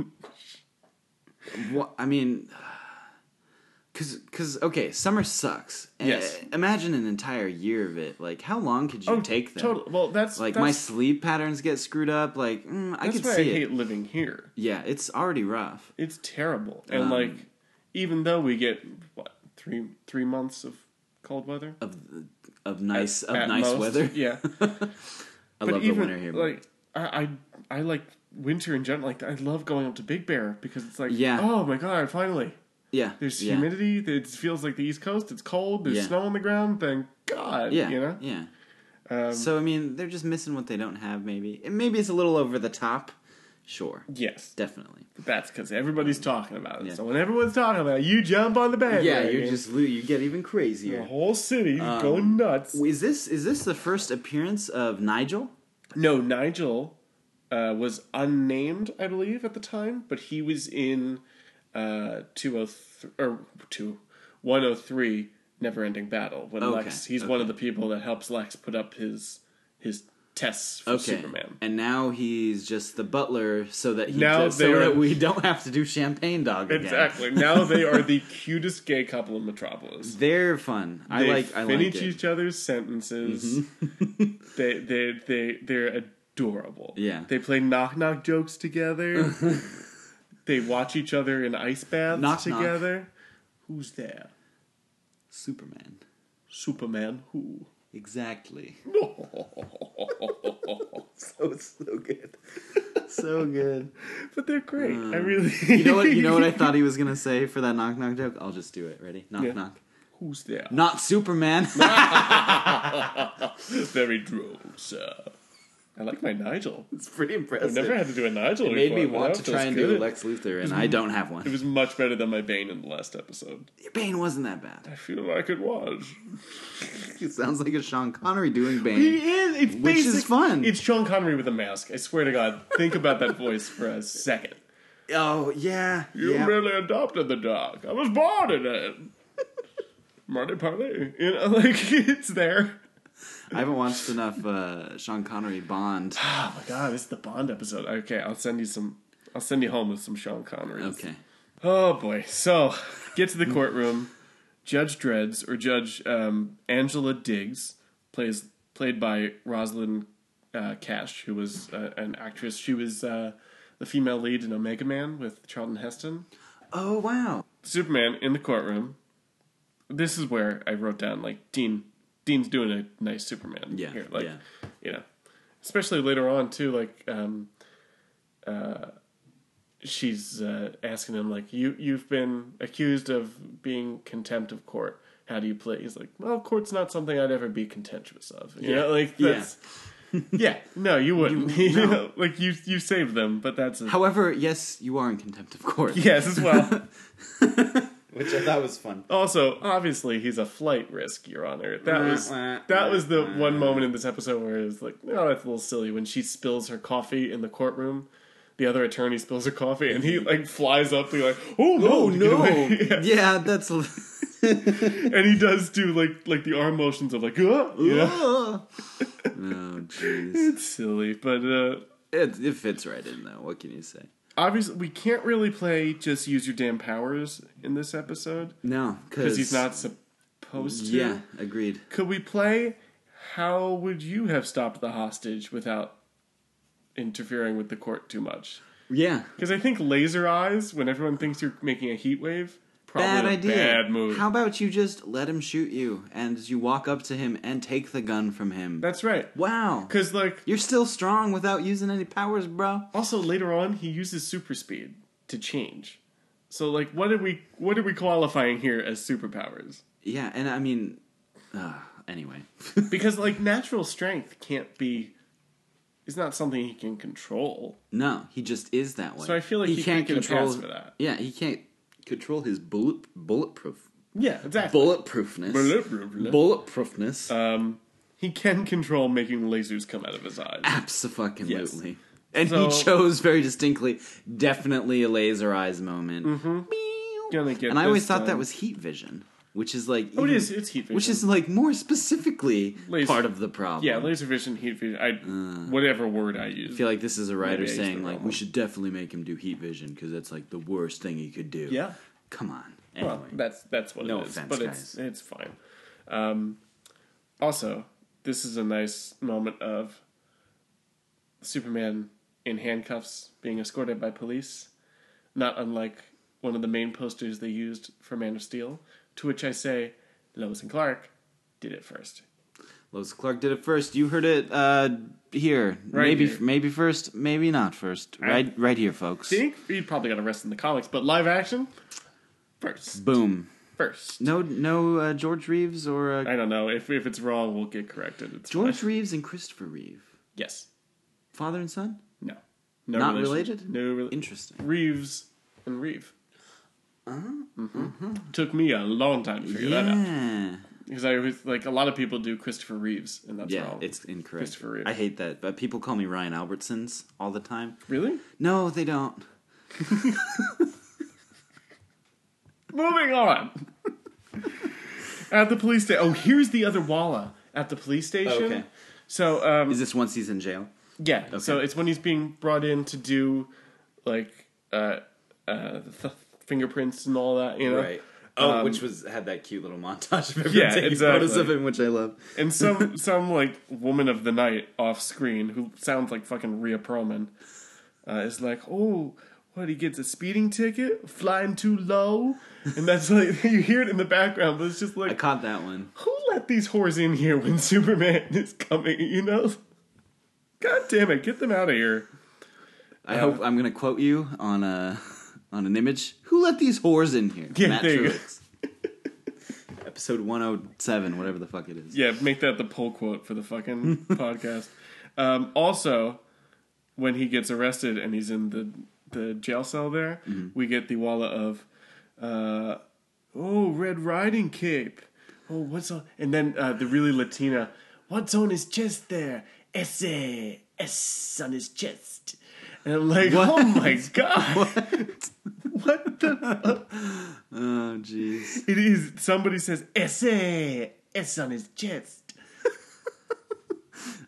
S2: wha- I mean, because because okay, summer sucks. And
S1: Yes. Oh,
S2: Imagine an entire year of it. Like, how long could you take that?
S1: Total. Well, that's
S2: Like
S1: that's,
S2: my sleep patterns get screwed up. Like mm, I
S1: That's
S2: could
S1: why
S2: see
S1: I
S2: it.
S1: hate living here.
S2: Yeah, it's already rough.
S1: It's terrible. And
S2: Um,
S1: like, even though we get what three three months of cold weather,
S2: of of nice of
S1: At
S2: nice
S1: most.
S2: weather. [LAUGHS]
S1: yeah.
S2: I
S1: But
S2: love
S1: even
S2: the winter here. but-
S1: like I, I I like winter in general. Like I love going up to Big Bear because it's like
S2: Yeah.
S1: oh my god, finally
S2: yeah,
S1: there's
S2: yeah,
S1: humidity. It feels like the East Coast. It's cold. There's
S2: Yeah.
S1: snow on the ground. Thank God.
S2: Yeah,
S1: you know.
S2: yeah.
S1: Um,
S2: so I mean, they're just missing what they don't have. Maybe and maybe it's a little over the top. Sure,
S1: Yes,
S2: definitely.
S1: but that's because everybody's talking about it.
S2: Yeah.
S1: So when everyone's talking about it, you jump on the bed.
S2: Yeah, you're just Um, lo- you get even
S1: the
S2: crazier.
S1: whole city's going nuts.
S2: Is this is this the first appearance of Nigel?
S1: No, Nigel uh, was unnamed, I believe, at the time, but he was in uh, 203 or 2 103 Never Ending Battle when
S2: Okay,
S1: Lex he's one
S2: okay.
S1: of the people that helps Lex put up his his tests for
S2: Okay.
S1: Superman.
S2: And now he's just the butler so that he
S1: Now
S2: now
S1: they
S2: so
S1: are-
S2: that we don't have to do champagne dog again.
S1: Exactly. now they are the [LAUGHS] cutest gay couple in Metropolis.
S2: They're fun. I
S1: they
S2: like I like
S1: finish
S2: it. Mm-hmm.
S1: each other's sentences. they they they they're adorable.
S2: Yeah.
S1: They play knock knock jokes
S2: [LAUGHS]
S1: together. they watch each other in ice baths
S2: Knock, knock.
S1: together. Who's there?
S2: Superman.
S1: Superman who? [LAUGHS]
S2: Exactly. so so good. [LAUGHS] So good.
S1: but they're great. I really
S2: Mm. You know what you know
S1: [LAUGHS]
S2: what [LAUGHS] I thought he was gonna say for that knock knock joke? I'll just do it. Ready? Knock
S1: Yeah.
S2: knock.
S1: Who's there?
S2: Not [LAUGHS] Superman.
S1: Very droll, sir. I like my Nigel.
S2: it's pretty
S1: I've
S2: impressive.
S1: never had to do a Nigel.
S2: it made me
S1: before, but
S2: want
S1: that
S2: to
S1: was
S2: try and do
S1: good.
S2: Lex Luthor, and I
S1: [LAUGHS]
S2: don't have
S1: It
S2: one.
S1: was much better than my Bane in the last episode.
S2: Bane wasn't that
S1: I
S2: bad.
S1: feel like it was.
S2: [LAUGHS] It sounds like a Sean
S1: [LAUGHS]
S2: Connery doing
S1: He
S2: Bane.
S1: is. It's
S2: Which is
S1: basic-
S2: fun.
S1: It's Sean Connery with a mask. I swear to God. Think about that voice for a second.
S2: Oh yeah,
S1: [LAUGHS] You
S2: yeah.
S1: really adopted the dog. I was born in it. [LAUGHS] Marty Party. You know, [LAUGHS] like it's there.
S2: I haven't watched enough uh, Sean
S1: [LAUGHS]
S2: Connery Bond.
S1: Oh my God! This is the Bond episode. Okay, I'll send you some. I'll send you home with some Sean Connery.
S2: Okay.
S1: Oh boy. So, get to the courtroom. Judge Dredds or Judge um, Angela Diggs plays played by Rosalind uh, Cash, who was uh, an actress. She was uh, the female lead in Omega Man with Charlton Heston.
S2: Oh wow.
S1: Superman in the courtroom. This is where I wrote down like Dean. Dean's doing a nice Superman
S2: Yeah,
S1: here, like
S2: yeah.
S1: you know, especially later on too. Like, um, uh, she's uh, asking him like, "You you've been accused of being contempt of court. How do you play?" He's like, "Well, court's not something I'd ever be contemptuous of." You know, like
S2: Yeah.
S1: that's yeah. No,
S2: [LAUGHS]
S1: you wouldn't. [LAUGHS] You, know, like you you saved them, but that's a,
S2: However, yes, you are in contempt of
S1: [LAUGHS]
S2: court.
S1: yes as well.
S2: [LAUGHS] Which I thought was fun.
S1: Also, obviously, he's a flight risk, Your Honor. That was that was the one moment in this episode where it was like, oh, that's a little silly when she spills her coffee in the courtroom. The other attorney spills her coffee, and he like flies up, and like, oh no,
S2: Oh
S1: to get
S2: no.
S1: away." [LAUGHS] Yeah.
S2: yeah, that's. l-
S1: and he does do like like the arm motions of like, oh, yeah.
S2: [LAUGHS] Oh jeez.
S1: it's silly, but uh,
S2: It, it fits right in though. What can you say?
S1: obviously we can't really play just use your damn powers in this episode
S2: No,
S1: because he's not supposed to.
S2: Yeah, agreed.
S1: Could we play? How would you have stopped the hostage without interfering with the court too much?
S2: Yeah,
S1: Because I think laser eyes, when everyone thinks you're making a heat wave, probably
S2: bad
S1: a
S2: idea.
S1: bad move.
S2: How about you just let him shoot you, and you walk up to him and take the gun from him?
S1: That's right.
S2: wow.
S1: Because like,
S2: You're still strong without using any powers, bro.
S1: also later on, he uses super speed to change. So like, what are we what are we qualifying here as superpowers?
S2: Yeah, and I mean, uh, anyway, [LAUGHS]
S1: Because like, natural strength can't be. Is not something he can control.
S2: no, he just is that way.
S1: So I feel like he can't get a pass for that.
S2: Yeah, he can't control his bullet bulletproof
S1: Yeah, exactly.
S2: bulletproofness bulletproofness.
S1: Um, he can control making lasers come out of his eyes.
S2: Absolutely. And
S1: So-
S2: he chose very distinctly, definitely a laser eyes moment.
S1: Gonna get
S2: And I always
S1: Mm-hmm. this
S2: thought that
S1: done.
S2: was heat vision, which is like
S1: Oh, it
S2: even-
S1: is. It's heat vision.
S2: which is like more specifically
S1: Laser-
S2: part of the problem.
S1: yeah, laser vision, heat vision. I whatever word I use.
S2: I Uh, feel like this is a
S1: Maybe
S2: writer
S1: I used
S2: saying
S1: the
S2: like
S1: wrong
S2: we
S1: one.
S2: should definitely make him do heat vision because that's like the worst thing he could do.
S1: yeah.
S2: Come on. Anyway.
S1: Well, that's that's what
S2: No
S1: it is.
S2: offense,
S1: but it's
S2: guys.
S1: it's fine. Um, also, this is a nice moment of Superman in handcuffs being escorted by police, not unlike one of the main posters they used for Man of Steel. To which I say, Lois and Clark did it first.
S2: Lois Clark did it first. You heard it uh here.
S1: Right
S2: maybe
S1: here.
S2: maybe first, maybe not first. right right here, folks.
S1: think he probably got arrested in the comics, but live action first,
S2: Boom.
S1: first.
S2: No no uh, George Reeves or uh,
S1: I don't know if if it's wrong, we'll get corrected. It's
S2: George
S1: fine.
S2: Reeves and Christopher Reeve,
S1: yes,
S2: father and son.
S1: no, no,
S2: Not
S1: relation.
S2: related?
S1: No, rela-
S2: Interesting.
S1: Reeves and Reeve. Uh-huh. Took me a long time to figure that out
S2: Uh, mm-hmm. Yeah,
S1: because I was like a lot of people do Christopher Reeves, and that's
S2: yeah,
S1: wrong.
S2: it's incorrect.
S1: Christopher Reeve.
S2: I hate that, but people call me Ryan Albertsons all the time.
S1: really
S2: No, they don't.
S1: moving
S2: [LAUGHS]
S1: on. At the police station. Oh, here's the other Walla at the police station.
S2: Okay.
S1: So um,
S2: Is this once he's in jail?
S1: yeah, so it's when he's being brought in to do like uh, uh, th- fingerprints and all that, you know.
S2: Right. Oh, which was had that cute little montage of everyone
S1: Um, Yeah,
S2: taking
S1: exactly.
S2: photos of him, which I love.
S1: [LAUGHS] And some some like woman of the night off screen who sounds like fucking Rhea Perlman uh, is like, oh. What he gets a speeding ticket, flying too low, and that's like [LAUGHS] you hear it in the background, but it's just
S2: I
S1: like
S2: caught that one.
S1: who let these whores in here when Superman [LAUGHS] is coming? You know, God damn it, get them out of here.
S2: I hope I'm gonna quote you on a on an image. Who let these whores in here?
S1: Yeah, there you go.
S2: Truex. Episode 107, whatever the fuck it is.
S1: Yeah, make that the pull quote for the fucking podcast. Um, also, when he gets arrested and he's in the the jail cell there, we get the walla of, uh, oh, Red Riding Cape. Oh, what's on? And then uh, the really Latina, what's on his chest there? S A S on his chest. And I'm like, oh my god,
S2: What?
S1: what the
S2: Oh, jeez.
S1: It is. Somebody says "essay," "s" on his chest,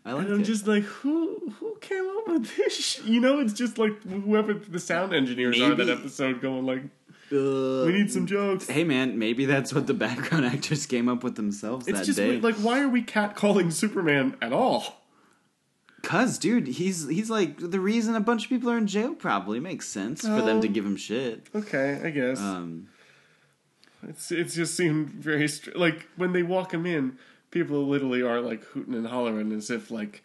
S2: I like
S1: and I'm
S2: it.
S1: just like, who who came up with this? [LAUGHS] Sh-? You know, it's just like whoever the sound engineers are that
S2: Maybe-
S1: episode, going like,
S2: Uh,
S1: we need some jokes.
S2: Hey, man, maybe that's what the background [LAUGHS] actors came up with themselves
S1: It's
S2: that
S1: just
S2: day.
S1: weird, like, why are we catcalling Superman at all?
S2: Cause, dude, he's he's like the reason a bunch of people are in jail. Probably makes sense for them to
S1: Um,
S2: give him shit.
S1: Okay, I guess
S2: Um,
S1: it's it's just seemed very str- like when they walk him in, people literally are like hooting and hollering as if like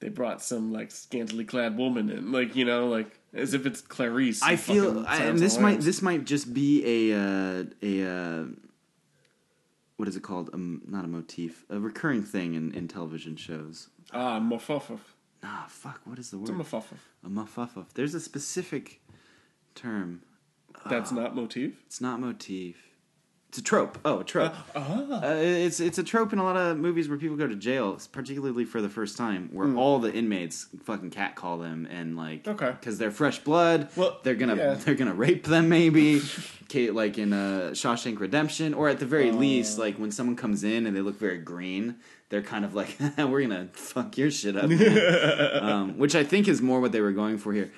S1: they brought some like scantily clad woman in, like you know, like as if it's Clarice. who
S2: I feel,
S1: fucking
S2: I, and
S1: sounds
S2: this
S1: all
S2: might
S1: right.
S2: this might just be a uh, a uh, what is it called? Um, not a motif, a recurring thing in, in television shows.
S1: ah muffuff.
S2: Ah, fuck! What is the word?
S1: It's a muffuff.
S2: a muffuff. There's a specific term.
S1: That's not motif.
S2: It's not motif. It's a trope. Oh, a trope.
S1: Ah,
S2: Uh, it's it's a trope in a lot of movies where people go to jail, particularly for the first time, where all the inmates fucking catcall them and like,
S1: Hmm. Okay.
S2: because they're fresh blood.
S1: Well,
S2: they're gonna
S1: yeah.
S2: they're gonna rape them maybe, [LAUGHS] Ca- like in uh, Shawshank Redemption, or at the very
S1: Oh.
S2: least, like when someone comes in and they look very green, they're kind of like, [LAUGHS] we're gonna fuck your shit
S1: [LAUGHS]
S2: up, man." um, which I think is more what they were going for here.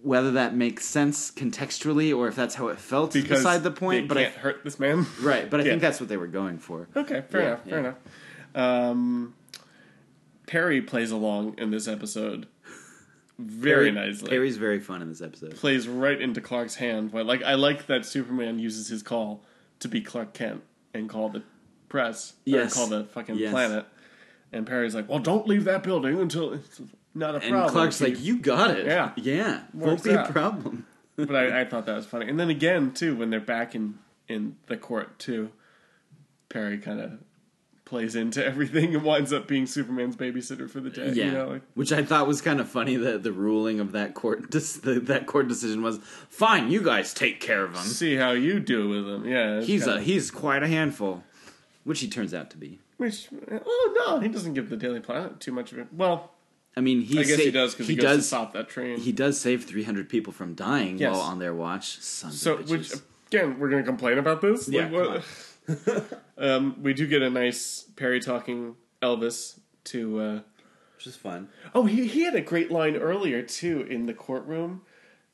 S2: Whether that makes sense contextually or if that's how it felt is
S1: because
S2: beside the point,
S1: they
S2: but
S1: can't
S2: I,
S1: hurt this man. [LAUGHS]
S2: right, but I
S1: Yeah.
S2: think that's what they were going for.
S1: Okay, fair
S2: Yeah,
S1: enough. Fair
S2: yeah.
S1: enough. Um, Perry plays along in this episode very
S2: Perry-
S1: nicely.
S2: Perry's very fun in this episode.
S1: plays right into Clark's hand. But like, I like that Superman uses his call to be Clark Kent and call the press
S2: Yes.
S1: or call the fucking
S2: Yes.
S1: planet. And Perry's like, "Well, don't leave that building until it's not a
S2: And
S1: problem."
S2: Clark's
S1: Chief."
S2: like, "You got it.
S1: Yeah.
S2: yeah.
S1: Works
S2: Won't be
S1: out."
S2: a problem."
S1: but I, I thought that was funny. And then again, too, when they're back in in the court, too, Perry kind of plays into [LAUGHS] everything and winds up being Superman's babysitter for the day. [LAUGHS]
S2: Yeah,
S1: you know, like,
S2: which I thought was kind of funny that the ruling of that court [LAUGHS] dis- the, that court decision was, "Fine, you guys take care of him.
S1: see how you do with him. Yeah, it's
S2: He's a
S1: kinda-
S2: he's quite a handful," which he turns out to be.
S1: which oh no, he doesn't give the Daily Planet too much of it. Well,
S2: I mean, he
S1: I guess
S2: sa-
S1: he does because he, goes to stop that train.
S2: he does save three hundred people from dying
S1: Yes.
S2: while on their watch. Sons
S1: so,
S2: of bitches.
S1: which uh, again, we're gonna complain about this.
S2: Yeah,
S1: Like, what- [LAUGHS]
S2: [LAUGHS]
S1: um, we do get a nice Perry talking Elvis to. Uh,
S2: which is
S1: [LAUGHS]
S2: fun.
S1: Oh, he he had a great line earlier too in the courtroom,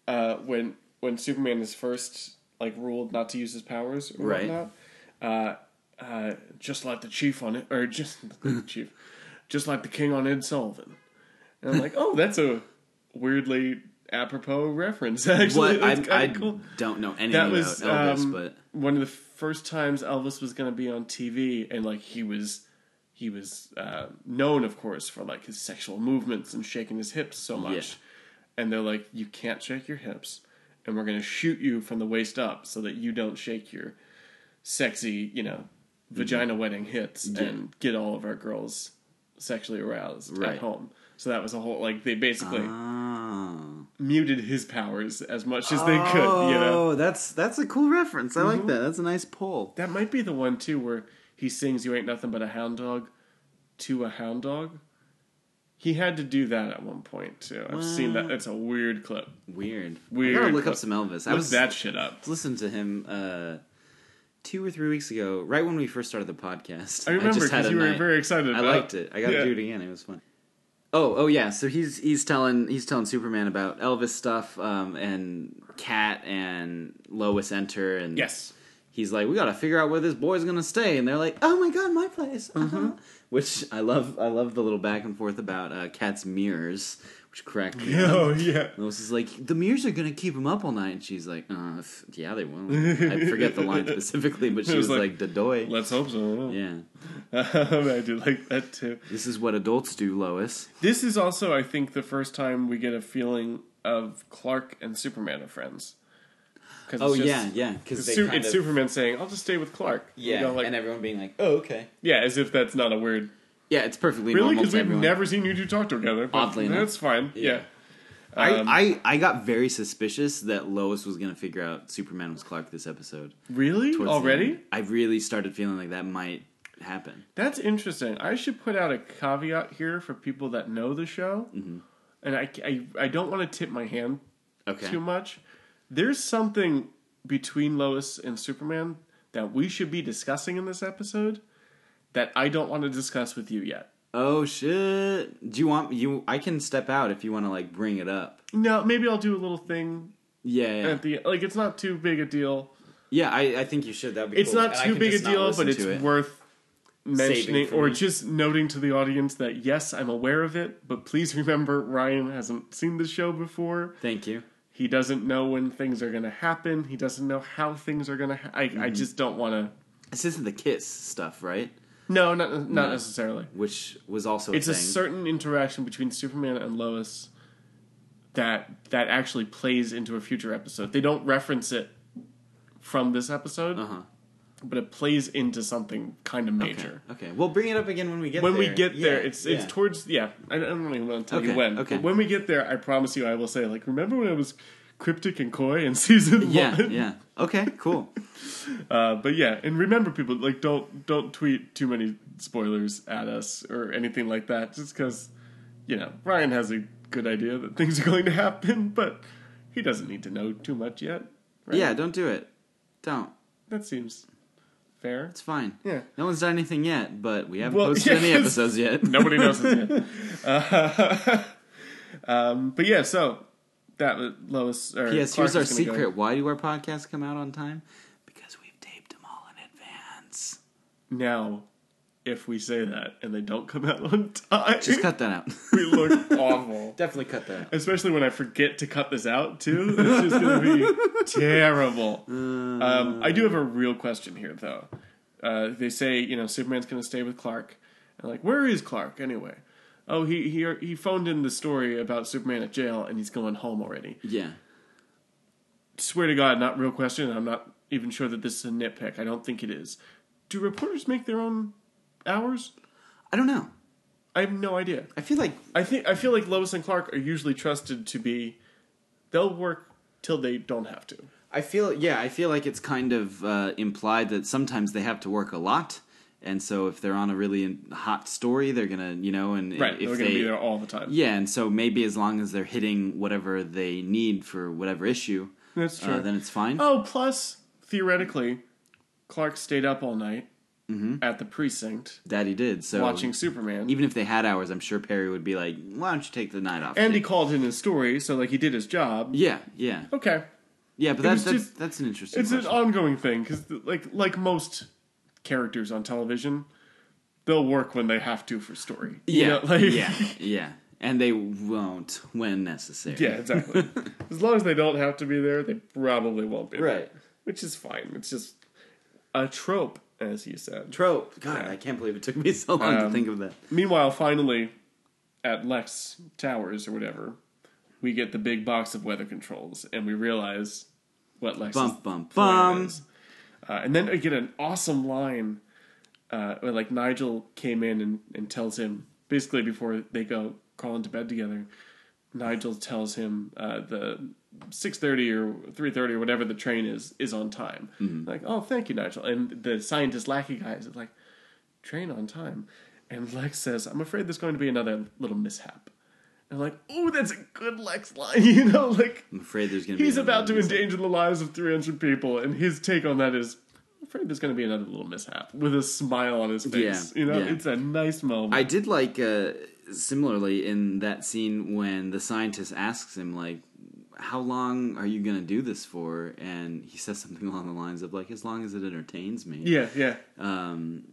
S1: uh, when when Superman is first like ruled not to use his powers or
S2: Right.
S1: whatnot. Uh, uh, just like the chief on it, or just [LAUGHS] the chief, just like the king on Ed Sullivan. And I'm like, oh, that's a weirdly apropos reference. [LAUGHS] Actually,
S2: What I,
S1: That's
S2: I
S1: kinda cool.
S2: don't know anything
S1: That was
S2: about uh, Elvis,
S1: um,
S2: but
S1: one of the first times Elvis was going to be on TV, and like he was, he was uh, known, of course, for like his sexual movements and shaking his hips so much. And they're like, you can't shake your hips, and we're going to shoot you from the waist up so that you don't shake your sexy, you know,
S2: Mm-hmm.
S1: vagina wetting hits and get all of our girls sexually aroused at
S2: Right.
S1: home. So that was a whole like they basically
S2: Ah.
S1: muted his powers as much as they could, you know. Mm-hmm.
S2: Oh, that's that's a cool reference. I like that. That's a nice poll.
S1: That might be the one too where he sings "You Ain't Nothing But a Hound Dog" to a hound dog. He had to do that at one point too. I've seen that. It's a weird clip.
S2: Weird.
S1: Weird.
S2: I gotta look up some Elvis. I
S1: Look
S2: was
S1: that shit up.
S2: listening to him uh, two or three weeks ago, right when we first started the podcast.
S1: I remember
S2: just had
S1: because
S2: a
S1: you were [LAUGHS]
S2: night-
S1: very excited.
S2: I
S1: about
S2: liked it. I gotta
S1: Yeah.
S2: do it again. It was fun. Oh, oh yeah. So he's he's telling he's telling Superman about Elvis stuff, um, and Cat and Lois enter, and
S1: Yes.
S2: [LAUGHS] he's like, we got to figure out where this boy's gonna stay, and they're like, oh my god, my place.
S1: Mm-hmm.
S2: Uh-huh. Which I love. I love the little back and forth about uh, Cat's mirrors, which cracked me up.
S1: Oh yeah.
S2: Lois is like, the mirrors are gonna keep him up all night, and she's like, uh, f- yeah, they will. I forget the
S1: [LAUGHS]
S2: line specifically, but she
S1: It was
S2: was,
S1: like,
S2: like, "Dadoy."
S1: Let's hope so. I don't know.
S2: Yeah,
S1: [LAUGHS] I do like that too.
S2: this is what adults do, Lois.
S1: This is also, I think, the first time we get a feeling of Clark and Superman are friends. 'Cause
S2: Oh
S1: it's just-
S2: yeah, yeah, because
S1: It's,
S2: they
S1: Su-
S2: kind
S1: it's
S2: of,
S1: Superman saying, "I'll just stay with Clark." You
S2: yeah,
S1: know, like-
S2: and everyone being like, oh okay,
S1: yeah, as if that's not a weird.
S2: yeah, it's perfectly
S1: Really,
S2: normal
S1: because
S2: to
S1: we've
S2: everyone.
S1: never seen you two talk together. But
S2: Oddly enough.
S1: that's fine. Yeah. um,
S2: I, I I got very suspicious that Lois was gonna figure out Superman was Clark this episode.
S1: Really?
S2: towards the
S1: Already?
S2: end. I really started feeling like that might happen.
S1: That's interesting. I should put out a caveat here for people that know the show,
S2: Mm-hmm.
S1: and I, I I don't want to tip my hand
S2: Okay.
S1: too much. There's something between Lois and Superman that we should be discussing in this episode that I don't want to discuss with you yet.
S2: Oh shit! Do you want you? I can step out if you want to like bring it up.
S1: No, maybe I'll do a little thing
S2: Yeah, yeah.
S1: at the like. It's not too big a deal.
S2: Yeah, I, I think you should. That'd be
S1: It's
S2: cool.
S1: not
S2: And I
S1: too
S2: can
S1: big a
S2: just not
S1: deal,
S2: listen
S1: but it's
S2: to it.
S1: worth mentioning
S2: for
S1: or
S2: me.
S1: just noting to the audience that yes, I'm aware of it, but please remember Ryan hasn't seen the show before.
S2: Thank you.
S1: He doesn't know when things are going to happen. He doesn't know how things are going to. Ha- I, I
S2: Mm-hmm.
S1: just don't want to.
S2: This isn't the Kiss stuff, right?
S1: No, not not necessarily.
S2: Which was also
S1: It's
S2: a
S1: a
S2: thing.
S1: certain interaction between Superman and Lois that that actually plays into a future episode. They don't reference it from this episode,
S2: Uh-huh.
S1: but it plays into something kind of major.
S2: Okay, we'll bring it up again when we get
S1: when
S2: there.
S1: we get there,
S2: Yeah,
S1: it's
S2: yeah.
S1: it's towards yeah. I don't I don't even want to tell you
S2: Okay,
S1: when.
S2: okay.
S1: But when we get there, I promise you, I will say like, remember when I was cryptic and coy in [LAUGHS] season
S2: yeah,
S1: one?
S2: yeah. Okay, cool.
S1: Uh, but yeah, and remember, people like don't don't tweet too many spoilers at us or anything like that, just because you know Ryan has a good idea that things are going to happen, but he doesn't need to know too much yet. [LAUGHS] Right?
S2: Yeah, don't do it. Don't.
S1: that seems fair.
S2: It's fine.
S1: Yeah.
S2: No one's done anything yet, but we haven't
S1: Well,
S2: posted
S1: yeah, [LAUGHS]
S2: any
S1: 'cause
S2: episodes yet.
S1: Nobody knows it yet. Uh, [LAUGHS] um, but yeah, so that was Lois. Or
S2: [LAUGHS] Yes,
S1: Clark
S2: here's our
S1: is gonna go-
S2: secret. Why do our podcasts come out on time? Because we've taped them all in advance.
S1: Now, if we say that and they don't come out on time, [LAUGHS]
S2: Just cut that out.
S1: we look awful.
S2: Definitely cut that out.
S1: Especially when I forget to cut this out too. It's just going
S2: [LAUGHS]
S1: to be
S2: Uh.
S1: terrible. Um, I do have a real question here, though. Uh, they say you know Superman's going to stay with Clark, and like where is Clark anyway? Oh, he he he phoned in the story about Superman at jail, and he's going home already.
S2: Yeah.
S1: swear to God, not real question. and I'm not even sure that this is a nitpick. I don't think it is. Do reporters make their own hours?
S2: I don't know.
S1: I have no idea.
S2: I feel like
S1: I think I feel like Lois and Clark are usually trusted to be. They'll work till they don't have to.
S2: I feel yeah, I feel like it's kind of uh, implied that sometimes they have to work a lot, and so if they're on a really in- hot story, they're gonna you know and
S1: Right,
S2: if
S1: they're going to be there all the time.
S2: yeah, and so maybe as long as they're hitting whatever they need for whatever issue,
S1: That's true.
S2: uh, then it's fine.
S1: Oh, plus theoretically, Clark stayed up all night at the precinct
S2: Daddy did Mm-hmm. so.
S1: watching Superman.
S2: even if they had hours, I'm sure Perry would be like, "Why don't you take the night off?"
S1: and he
S2: Dick?"
S1: called in his story, so like he did his job.
S2: yeah, yeah,
S1: Okay,
S2: yeah,
S1: was
S2: but that's that's,
S1: just-
S2: that's an interesting.
S1: it's an
S2: question.
S1: ongoing thing because like like most characters on television they'll work when they have to for story You
S2: yeah,
S1: know, like-
S2: yeah, yeah, and they won't when necessary.
S1: [LAUGHS] yeah
S2: [LAUGHS]
S1: exactly as long as they don't have to be there they probably won't be there,
S2: Right.
S1: which is fine it's just a trope as you said
S2: trope. God, I can't believe it took me [LAUGHS] so long to think of that.
S1: meanwhile finally at lex towers or whatever we get the big box of weather controls and we realize what lex
S2: Bump, bump,
S1: plan
S2: bum.
S1: is. Uh, and then I get an awesome line uh, where like Nigel came in and, and tells him basically before they go crawl into bed together. Nigel tells him uh, the six thirty or three thirty or whatever the train is is on time.
S2: Mm-hmm.
S1: Like, oh, thank you, Nigel. And the scientist lackey guys is like, train on time. And Lex says, I'm afraid there's going to be another little mishap. And I'm like, oh, that's a good Lex line, [LAUGHS] you know, like
S2: I'm afraid there's gonna be.
S1: He's
S2: another
S1: about to [LAUGHS]
S2: one.
S1: endanger the lives of 300 people, and his take on that is, I'm afraid there's going to be another little mishap with a smile on his face.
S2: Yeah,
S1: you know,
S2: yeah.
S1: it's a nice moment.
S2: I did like uh, similarly in that scene when the scientist asks him like how long are you going to do this for and he says something [LAUGHS] along the lines of like as long as it entertains me
S1: Yeah, yeah.
S2: um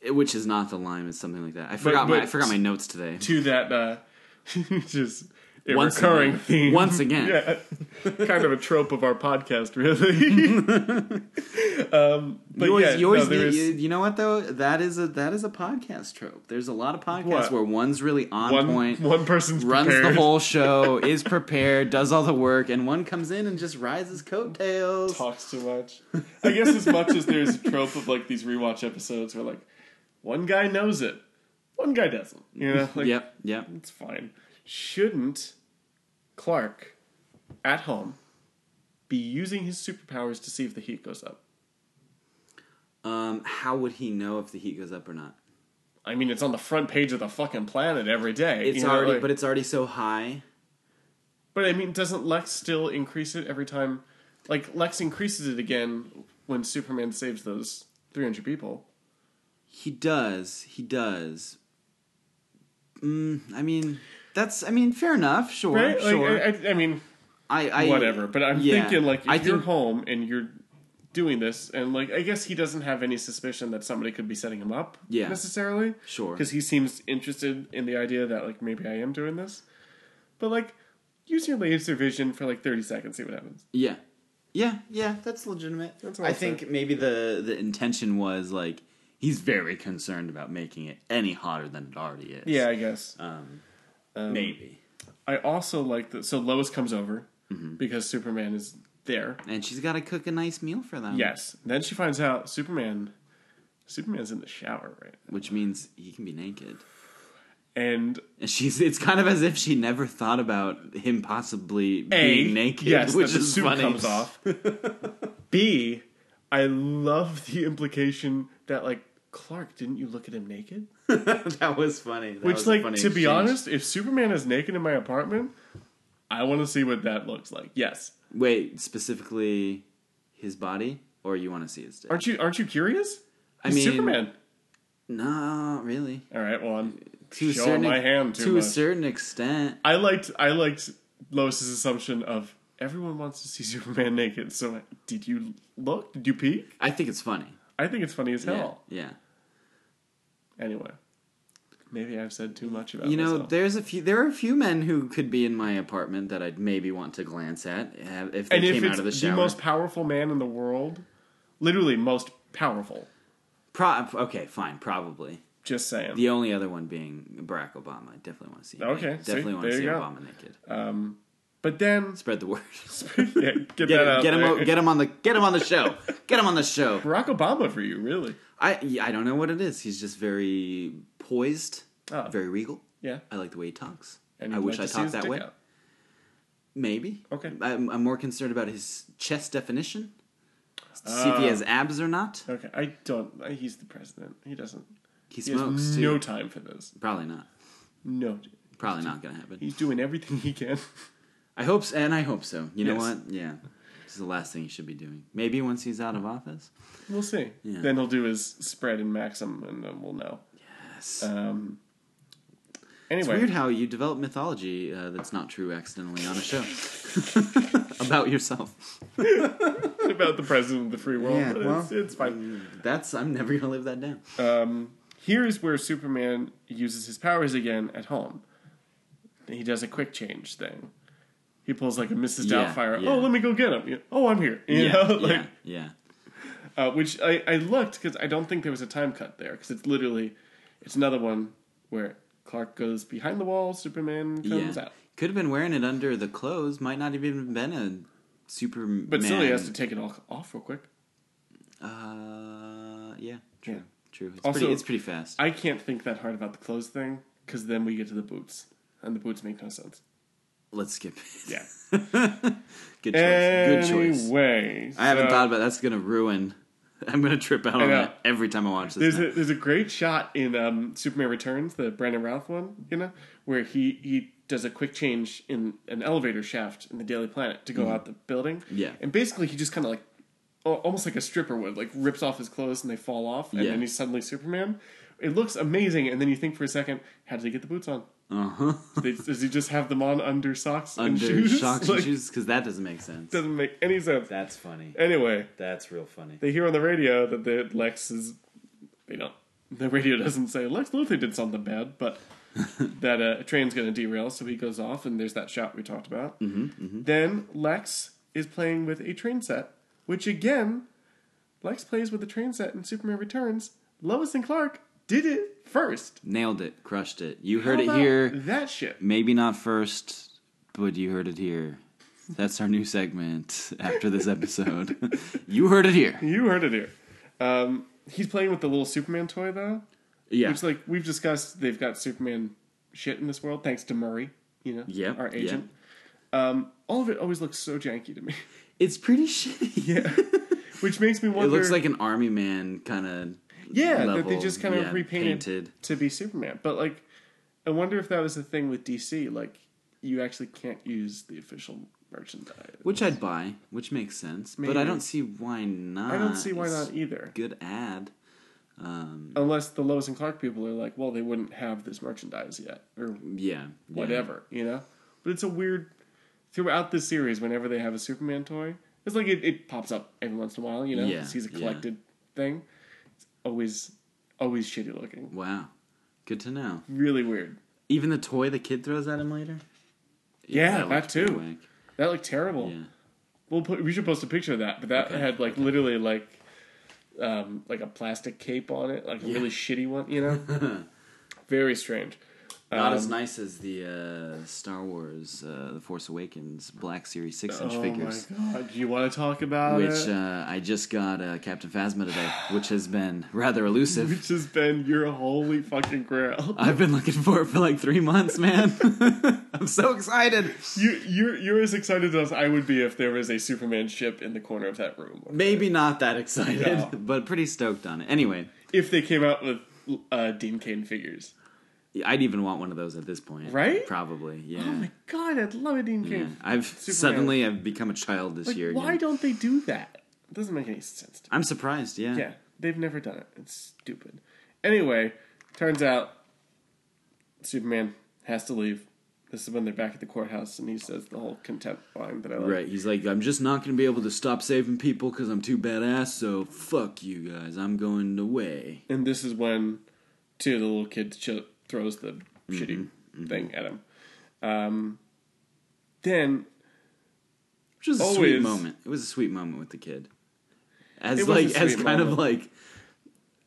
S2: it- which is not the line it's something like that i forgot my i
S1: but- [LAUGHS]
S2: forgot my notes today
S1: To that, uh, [LAUGHS] just a
S2: Once
S1: recurring
S2: again.
S1: theme.
S2: Once
S1: [LAUGHS]
S2: again.
S1: yeah, kind of a trope of our podcast,
S2: [LAUGHS]
S1: really. um, but
S2: you always,
S1: yeah,
S2: you, always
S1: no, there
S2: need-
S1: is-
S2: you, you know what though that is a that is a podcast trope there's a lot of podcasts
S1: What?
S2: where one's really on
S1: one
S2: point
S1: one person's
S2: runs
S1: prepared.
S2: the
S1: [LAUGHS]
S2: whole show is prepared does all the work and one comes in and just rides his coattails
S1: talks too much. I guess as much as there's a trope of like these rewatch episodes where like one guy knows it, one guy doesn't. You know, like
S2: yep yep
S1: it's fine. Shouldn't Clark at home be using his superpowers to see if the heat goes up?
S2: um how would he know if the heat goes up or not
S1: I mean, it's on the front page of the fucking planet every day.
S2: it's
S1: you know,
S2: already
S1: like-
S2: but it's already so high
S1: but I mean, doesn't Lex still increase it every time? Like Lex increases it again when Superman saves those three hundred people.
S2: He does. He does. Mm, I mean, that's. I mean, fair enough. Sure.
S1: Right? Like,
S2: Sure.
S1: I, I, I mean,
S2: I, I,
S1: whatever. But I'm
S2: yeah.
S1: thinking like if
S2: I
S1: you're
S2: think-
S1: home and you're doing this, and like I guess he doesn't have any suspicion that somebody could be setting him up,
S2: Yeah.
S1: necessarily,
S2: Sure.
S1: because he seems interested in the idea that like maybe I am doing this, but like use your laser vision for like 30 seconds, see what happens.
S2: Yeah. Yeah. Yeah. That's legitimate.
S1: That's what
S2: I
S1: I'll
S2: think maybe the the intention was like he's very concerned about making it any hotter than it already is.
S1: Yeah, I guess.
S2: Um,
S1: Um,
S2: maybe.
S1: I also like that. So Lois comes over
S2: Mm-hmm.
S1: because Superman is there.
S2: And she's got to cook a nice meal for them.
S1: Yes. Then she finds out Superman. Superman's in the shower, right?
S2: Which means he can be naked.
S1: And
S2: And she's. It's kind of as if she never thought about him possibly
S1: A,
S2: being naked,
S1: yes,
S2: which
S1: that the
S2: is
S1: suit
S2: funny.
S1: comes off. [LAUGHS] B, I love the implication that like Clark, didn't you look at him naked?
S2: [LAUGHS] that was funny. That
S1: Which
S2: was a
S1: like to
S2: funny
S1: be
S2: exchange.
S1: honest, if Superman is naked in my apartment, I want to see what that looks like. Yes,
S2: Wait, specifically his body, or you want to see his dick?
S1: aren't you aren't you curious?
S2: I
S1: He's
S2: mean-
S1: Superman.
S2: Not really.
S1: All right, well I'm
S2: To a
S1: showing
S2: certain
S1: my
S2: ex-
S1: hand too
S2: to
S1: much.
S2: a certain extent.
S1: I liked I liked Lois's assumption of everyone wants to see [LAUGHS] Superman naked. So did you look? Did you peek?
S2: I think it's funny.
S1: I think it's funny as hell.
S2: Yeah,
S1: Anyway, maybe I've said too much about
S2: yeah. You know,
S1: myself.
S2: there's a few. There are a few men who could be in my apartment that I'd maybe want to glance at have- if they
S1: and if
S2: came
S1: it's
S2: out of
S1: the,
S2: the shower.
S1: most powerful man in the world, literally most powerful.
S2: Pro- okay, fine, probably.
S1: Just saying.
S2: The only other one being Barack Obama. I definitely want to see. him
S1: Okay,
S2: naked.
S1: see?
S2: definitely want
S1: There
S2: to
S1: you
S2: see
S1: go.
S2: Obama naked.
S1: Um, But then,
S2: Spread
S1: [LAUGHS]
S2: the word.
S1: yeah, get,
S2: Get
S1: that
S2: him,
S1: out
S2: get him,
S1: there.
S2: o- get him on the, get him on the show. Get him on the show.
S1: [LAUGHS] Barack Obama for you, really?
S2: I yeah, I don't know what it is. He's just very poised,
S1: Oh.
S2: very regal.
S1: Yeah.
S2: I like the way he talks.
S1: And
S2: I
S1: you'd
S2: wish
S1: like
S2: I
S1: to see
S2: talked
S1: his
S2: that
S1: dick
S2: way.
S1: out.
S2: Maybe.
S1: Okay.
S2: I'm, I'm more concerned about his chest definition. See if he
S1: Ah.
S2: has abs or not.
S1: Okay, I don't. I- He's the president. He doesn't.
S2: He
S1: He has
S2: smokes too.
S1: no time for this.
S2: Probably not.
S1: No,
S2: Probably not gonna happen.
S1: he's doing everything he can. [LAUGHS]
S2: I hope, so, and I hope so. You know
S1: Yes.
S2: what? Yeah, this is the last thing he should be doing. Maybe once he's out of office.
S1: We'll see.
S2: Yeah.
S1: Then he'll do his spread and maxim, and then we'll know.
S2: Yes.
S1: Um,
S2: it's
S1: anyway,
S2: weird how you develop mythology uh, that's not true accidentally on
S1: [LAUGHS]
S2: a show [LAUGHS] about yourself.
S1: about the president of the free world.
S2: Yeah,
S1: but it's,
S2: well-
S1: it's fine.
S2: That's I'm never gonna live that down.
S1: Um, here's where Superman uses his powers again at home. He does a quick change thing. He pulls like a Mrs.
S2: Yeah,
S1: Doubtfire.
S2: yeah.
S1: Oh, let me go get him. You- Oh, I'm here. You
S2: yeah,
S1: know, [LAUGHS] like,
S2: yeah,
S1: uh, which I, I looked because I don't think there was a time cut there because it's literally it's another one where Clark goes behind the wall, Superman
S2: yeah.
S1: comes
S2: yeah.
S1: out,
S2: Could have been wearing it under the clothes. Might not have even been a Superman.
S1: but still he has to take it all off real quick.
S2: Uh, yeah, true,
S1: Yeah.
S2: true. It's,
S1: Also-
S2: pretty, it's pretty fast.
S1: I can't think that hard about the clothes thing because then we get to the boots and the boots make no sense.
S2: Let's skip. it.
S1: Yeah.
S2: [LAUGHS] Good choice. Good choice.
S1: Anyway,
S2: I haven't
S1: so-
S2: thought about that's gonna ruin. [LAUGHS] I'm gonna trip out on
S1: know.
S2: that every time I watch this.
S1: There's
S2: now.
S1: a, there's a great shot in um, Superman Returns, the Brandon Routh one, you know, where he, he does a quick change in an elevator shaft in the Daily Planet to go out the building.
S2: Mm-hmm. Yeah.
S1: And basically, he just kind of like, al- almost like a stripper would, like rips off his clothes and they fall off, and
S2: Yeah.
S1: then he's suddenly Superman. It looks amazing, and then you think for a second, how did he get the boots on?
S2: Uh huh.
S1: They- Does he just have them [LAUGHS] on under socks and
S2: Under
S1: shoes?
S2: shocks
S1: Like,
S2: and shoes because that doesn't make sense.
S1: Doesn't make any sense.
S4: That's funny.
S1: Anyway,
S4: That's real funny.
S1: they hear on the radio that the Lex is, you know, the radio doesn't say Lex Luthor did something bad,
S2: [LAUGHS]
S1: but that uh, a train's going to derail, so he goes off, and there's that shot we talked about. Mm-hmm, Then Lex is playing with a train set, which again, Lex plays with a train set in Superman Returns. Lois and Clark did it first.
S2: Nailed it. Crushed it. You heard
S1: How
S2: it
S1: about
S2: here.
S1: That shit.
S2: Maybe not first, but you heard it here. That's our new segment after this episode. [LAUGHS] you heard it here.
S1: You heard it here. Um, he's playing with the little Superman toy though.
S2: Yeah.
S1: Which, like we've discussed, they've got Superman shit in this world, thanks to Murray, you know,
S2: Yeah,
S1: our
S2: yeah.
S1: agent. Um, all of it always looks so janky to me. [LAUGHS]
S2: It's pretty shitty. [LAUGHS]
S1: Yeah, which makes me
S2: It
S1: wonder.
S2: looks like an army man kind of.
S1: yeah, that they
S2: level,
S1: just kind of
S2: yeah,
S1: repainted
S2: painted.
S1: to be Superman. But like, I wonder if that was the thing with DC. Like, you actually can't use the official merchandise.
S2: Which I'd buy, which makes sense, but I
S1: Maybe.
S2: don't see why not.
S1: I don't see why
S2: It's
S1: not
S2: a
S1: either,
S2: Good ad. Um,
S1: unless the Lois and Clark people are like, well, they wouldn't have this merchandise yet, or
S2: yeah, yeah.
S1: whatever, you know? But it's a weird throughout the series, whenever they have a Superman toy, it's like it, it pops up every once in a while, you know?
S2: Yeah,
S1: He's a
S2: yeah.
S1: collected thing. It's always always shitty looking.
S2: Wow, good to know.
S1: Really weird.
S2: Even the toy the kid throws at him later.
S1: Yeah, that,
S2: looked pretty
S1: too.
S2: whack.
S1: That looked terrible.
S2: Yeah.
S1: We'll put we should post a picture of that, but that
S2: Okay,
S1: had like literally like um like a plastic cape on it, like a really shitty one, you know?
S2: [LAUGHS]
S1: Very strange.
S2: Not
S1: Um,
S2: as nice as the uh, Star Wars, uh, The Force Awakens Black Series six inch
S1: oh
S2: figures,
S1: my god. Do you want to talk about
S2: which
S1: it?
S2: uh, I just got uh, Captain Phasma today, which has been rather
S1: [LAUGHS]
S2: elusive.
S1: which has been your holy fucking grail.
S2: I've been looking for it for like three months, man. [LAUGHS] I'm so excited.
S1: You, you're, you're as excited as I would be if there was a Superman ship in the corner of that room.
S2: Maybe not that excited,
S1: No.
S2: but pretty stoked on it. Anyway,
S1: If they came out with uh, Dean Kane figures.
S2: I'd even want one of those at this point,
S1: Right?
S2: Probably, yeah.
S1: [GASPS] Oh my god, I'd love a Dean
S2: yeah.
S1: Kane.
S2: I've
S1: Superman.
S2: suddenly I've become a child this
S1: Like,
S2: year.
S1: why
S2: again.
S1: don't they do that? It doesn't make any sense to me.
S2: I'm surprised. Yeah.
S1: Yeah, they've never done it. It's stupid. Anyway, turns out Superman has to leave. This is when they're back at the courthouse, and he says the whole contempt line that I like.
S2: Right. He's like, I'm just not gonna be able to stop saving people because I'm too badass. So fuck you guys. I'm going away.
S1: And this is when two of the little kids ch- throws the shitty
S2: Mm-hmm,
S1: thing at him. Um, then
S2: Which was a sweet
S1: Always.
S2: moment. It was a sweet moment with the kid. As
S1: It was a
S2: like as
S1: sweet
S2: kind of
S1: moment.
S2: like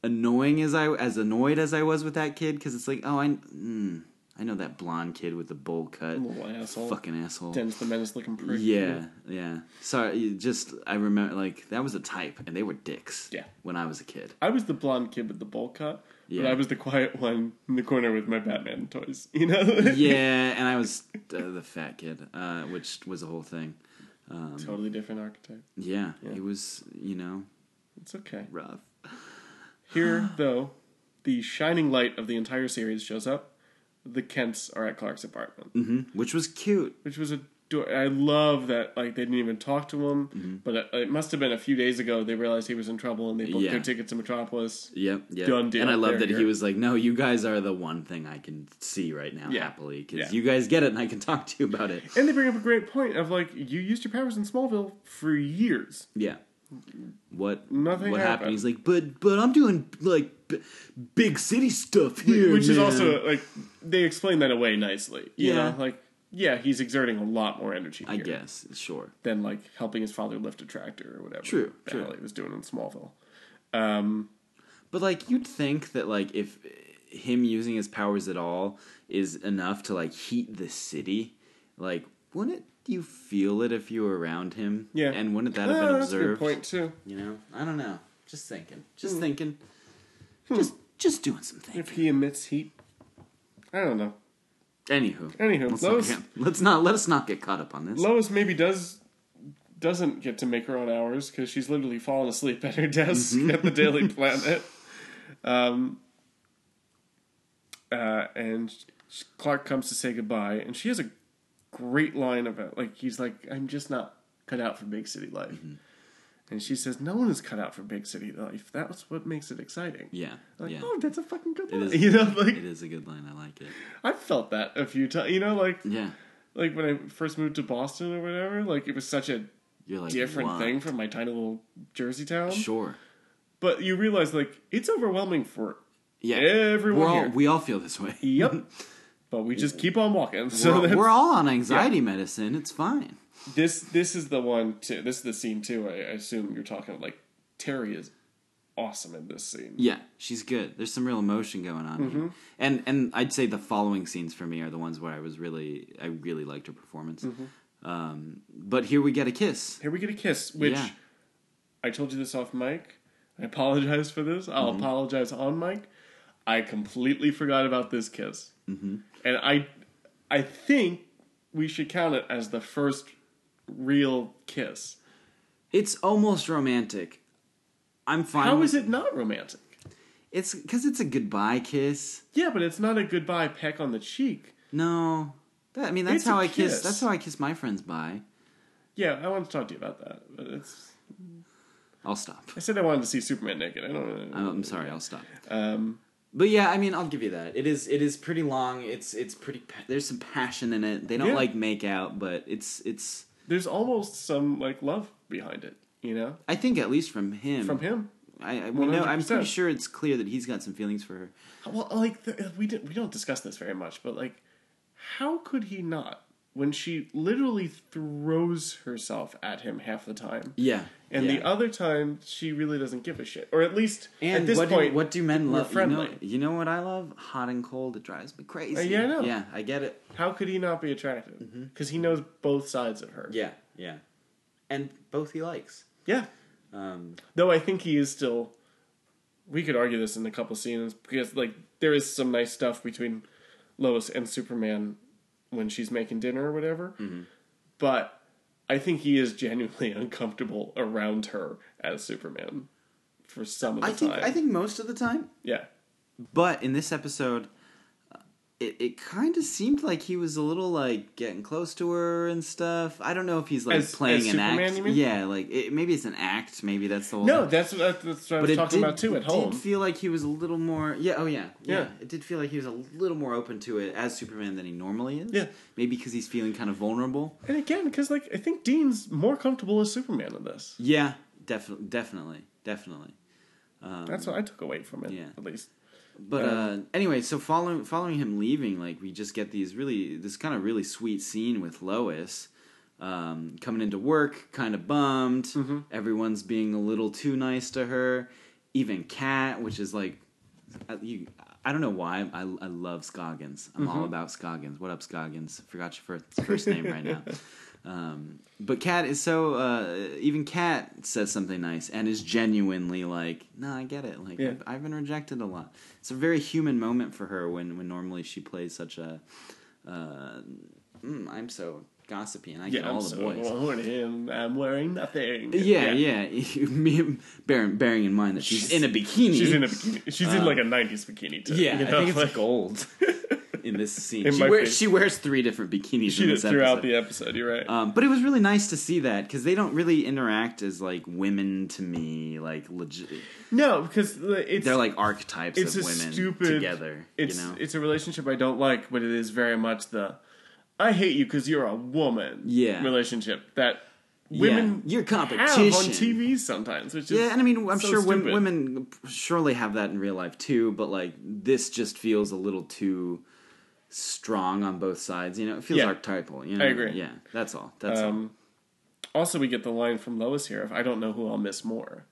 S2: annoying as I as annoyed as I was with that kid because it's like, oh, I mm, I know that blonde kid with the bowl cut,
S1: Little asshole.
S2: fucking asshole.
S1: Dennis the Menace looking prick.
S2: Yeah, yeah. Sorry, you just I remember like that was a type, and they were dicks.
S1: Yeah.
S2: when I was
S1: [LAUGHS]
S2: a kid.
S1: I was the blonde kid with the bowl cut,
S2: Yeah.
S1: but I was the quiet one in the corner with my Batman toys. [LAUGHS] You know?
S2: Yeah, and I was uh, the fat kid, uh, which was a whole thing. Um,
S1: totally different archetype.
S2: Yeah,
S1: Yeah.
S2: it was you know
S1: It's okay.
S2: rough. [GASPS]
S1: Here, though, the shining light of the entire series shows up. The Kents are at Clark's apartment,
S2: hmm Which was cute.
S1: which was a. I love that like they didn't even talk to him,
S2: Mm-hmm.
S1: but it, it must have been a few days ago they realized he was in trouble and they booked
S2: Yeah.
S1: their ticket to Metropolis.
S2: Yep, yep.
S1: Done deal.
S2: And I love
S1: There
S2: that
S1: you
S2: he
S1: go.
S2: was like, "No, you guys are the one thing I can see right now
S1: Yeah.
S2: happily
S1: Yeah.
S2: because you guys get it, and I can talk to you about it."
S1: And they bring up a great point of like you used your powers in Smallville for years.
S2: Yeah. What
S1: Nothing
S2: what
S1: happened.
S2: He's like, but but I'm doing like b- big city stuff here,
S1: which is
S2: man."
S1: also like they explain that away nicely. You
S2: Yeah.
S1: know, like yeah, he's exerting a lot more energy
S2: I
S1: here
S2: guess, sure.
S1: than like helping his father lift a tractor or whatever.
S2: True,
S1: the
S2: true.
S1: hell he was doing in Smallville.
S2: But like you'd think that like if him using his powers at all is enough to like heat the city, like wouldn't you feel it if you were around him?
S1: Yeah.
S2: And wouldn't that have
S1: Ah,
S2: been
S1: that's a good
S2: observed?
S1: point too.
S2: You know? I don't know. Just thinking. Just thinking. Just just doing some
S1: Hmm. If
S2: thinking.
S1: he emits heat, I don't know.
S2: Anywho.
S1: Anywho,
S2: let's
S1: Lois-
S2: not, get- let's not let us not get caught up on this.
S1: [LAUGHS] Lois maybe does doesn't get to make her own hours because she's literally fallen asleep at her desk
S2: Mm-hmm.
S1: at the
S2: [LAUGHS]
S1: Daily Planet. Um, uh, and sh- Clark comes to say goodbye, and she has a
S2: Mm-hmm.
S1: great line about like he's like I'm just not cut out for big city life, And she says, "No one is cut out for big city life. That's what makes it exciting."
S2: Yeah.
S1: Like,
S2: yeah.
S1: oh, that's a fucking good
S2: It
S1: line.
S2: is-
S1: [LAUGHS] You know,
S2: It
S1: like
S2: is a good line. I like it.
S1: I've felt that a few times. You know, like
S2: Yeah.
S1: like when I first moved to Boston or whatever. Like it was such a
S2: You're like
S1: different
S2: "What?"
S1: thing from my tiny little Jersey town.
S2: Sure.
S1: But you realize like it's overwhelming for
S2: Yeah.
S1: everyone
S2: We're all
S1: here.
S2: we all feel this way. [LAUGHS]
S1: yep. But we just keep on walking. So
S2: We're,
S1: that's-
S2: we're all on anxiety medicine. It's fine.
S1: this this is the one too. This is the scene too. I, I assume you're talking like Terry is awesome in this scene.
S2: Yeah, she's good. There's some real emotion going on,
S1: Mm-hmm.
S2: here. and and I'd say the following scenes for me are the ones where I was really I really liked her performance.
S1: Mm-hmm.
S2: Um, but here we get a kiss.
S1: Here we get a kiss, which
S2: Yeah.
S1: I told you this off mic. I apologize for this. I'll apologize on mic. I completely forgot about this kiss, mm-hmm. and I, I think we should count it as the first real kiss.
S2: It's almost romantic. I'm fine.
S1: How
S2: with-
S1: is it not romantic?
S2: It's because it's a goodbye kiss.
S1: Yeah, but it's not a goodbye peck on the cheek.
S2: No, that, I mean that's
S1: It's
S2: how
S1: a
S2: I kiss.
S1: kiss.
S2: That's how I kiss my friends bye.
S1: Yeah, I want to talk to you about that. But it's
S2: I'll stop.
S1: I said I wanted to see Superman naked. I don't.
S2: I'm, I'm sorry. I'll stop.
S1: Um,
S2: But yeah, I mean, I'll give you that. It is it is pretty long. It's it's pretty. pa- There's some passion in it. They don't
S1: Yeah.
S2: like make out, but it's it's.
S1: there's almost some like love behind it, you know,
S2: I think at least from him.
S1: from him.
S2: I, I we know. I'm
S1: 100%.
S2: pretty sure it's clear that he's got some feelings for her.
S1: Well, like the, we did, we don't discuss this very much, but like, how could he not when she literally throws herself at him half the time,
S2: Yeah.
S1: and
S2: yeah.
S1: the other time she really doesn't give a shit, or at least
S2: And
S1: at this
S2: what
S1: point,
S2: do, what do men
S1: we're
S2: love? You know,
S1: friendly.
S2: you know what I love? Hot and cold. It drives me crazy.
S1: Uh, yeah, I know.
S2: Yeah, I get it.
S1: how could he not be attracted? Because he knows both sides of her.
S2: Mm-hmm. Yeah, yeah. And both he likes.
S1: yeah.
S2: Um,
S1: Though I think he is still. We could argue this in a couple scenes because, like, there is some nice stuff between Lois and Superman when she's making dinner or whatever.
S2: Mm-hmm.
S1: But I think he is genuinely [LAUGHS] uncomfortable around her as Superman for some of the
S2: I think
S1: time.
S2: I think most of the time.
S1: yeah,
S2: But in this episode, uh, it, it kind of seemed like he was a little like getting close to her and stuff. I don't know if he's like
S1: As-
S2: playing
S1: as
S2: an
S1: Superman,
S2: act.
S1: you mean?
S2: Yeah, like it, maybe it's an act. Maybe that's the whole.
S1: no,
S2: thing.
S1: that's what, that's what I was
S2: it
S1: talking
S2: did-
S1: about too at
S2: it
S1: home.
S2: did feel like he was a little more. Yeah. Oh yeah, yeah.
S1: Yeah.
S2: It did feel like he was a little more open to it as Superman than he normally is.
S1: Yeah.
S2: Maybe because he's feeling kind of vulnerable.
S1: and again, because like I think Dean's more comfortable as Superman in this.
S2: Yeah. Definitely. Definitely. Definitely. Um,
S1: That's what I took away from it,
S2: yeah.
S1: at least.
S2: But uh, anyway, so following following him leaving, like we just get these really this kind of really sweet scene with Lois um, coming into work, kind of bummed. Everyone's being a little too nice to her. Even Kat, which is like, I, Uh, you, I don't know why I, I love Scoggins. I'm
S1: Mm-hmm.
S2: all about Scoggins. What up, Scoggins? Forgot your first [LAUGHS] first name right now. Um, but Kat is so uh, even Kat says something nice and is genuinely like, no, I get it. Like
S1: Yeah.
S2: I've, I've been rejected a lot. It's a very human moment for her when when normally she plays such a uh, mm, I'm so gossipy and I get
S1: Yeah,
S2: all
S1: I'm
S2: the
S1: so
S2: boys.
S1: [LAUGHS] him. I'm wearing nothing.
S2: Yeah, yeah. [LAUGHS] Me- bearing, bearing in mind that she's, in a bikini.
S1: She's in a bikini. She's in like a '90s bikini too.
S2: yeah.
S1: you
S2: I
S1: know,
S2: think it's
S1: like, [LAUGHS]
S2: gold in this scene.
S1: It
S2: She
S1: might
S2: wears,
S1: be.
S2: she wears three different bikinis.
S1: she
S2: [LAUGHS] in
S1: did
S2: this
S1: [LAUGHS] throughout
S2: episode.
S1: the episode. You're right.
S2: Um, but it was really nice to see that because they don't really interact as like women to me. Like legit,
S1: no, because the- it's
S2: they're like archetypes
S1: it's a
S2: of women
S1: stupid
S2: together.
S1: It's
S2: you know,
S1: it's a relationship I don't like, but it is very much the I hate you because you're a woman.
S2: Yeah.
S1: relationship that
S2: Yeah.
S1: women
S2: Your
S1: have on
S2: competition.
S1: TV sometimes, which is
S2: yeah, and I mean, I'm
S1: so
S2: sure wom-
S1: stupid.
S2: women surely have that in real life too. But like, this just feels a little too strong on both sides. You know, it feels
S1: Yeah.
S2: archetypal. You know?
S1: agree.
S2: Yeah, that's all. That's all.
S1: Um, also, we get the line from Lois here: "If I don't know who I'll miss more."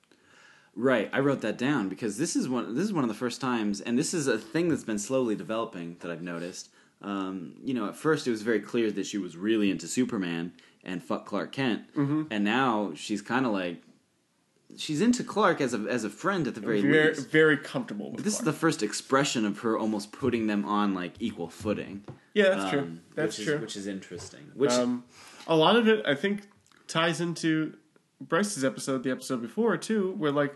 S2: Right, I wrote that down because this is one. This is one of the first times, and this is a thing that's been slowly developing that I've noticed. Um, you know, at first it was very clear that she was really into Superman and fuck Clark Kent,
S1: Mm-hmm.
S2: and now she's kind of like she's into Clark as a as a friend at the very
S1: Very
S2: least.
S1: very comfortable. With
S2: This is
S1: Clark.
S2: the first expression of her almost putting them on like equal footing.
S1: yeah, that's true.
S2: um,
S1: That's
S2: which
S1: true.
S2: Is, which is interesting. Which
S1: Um, a lot of it, I think, ties into Bryce's episode, the episode before too, where like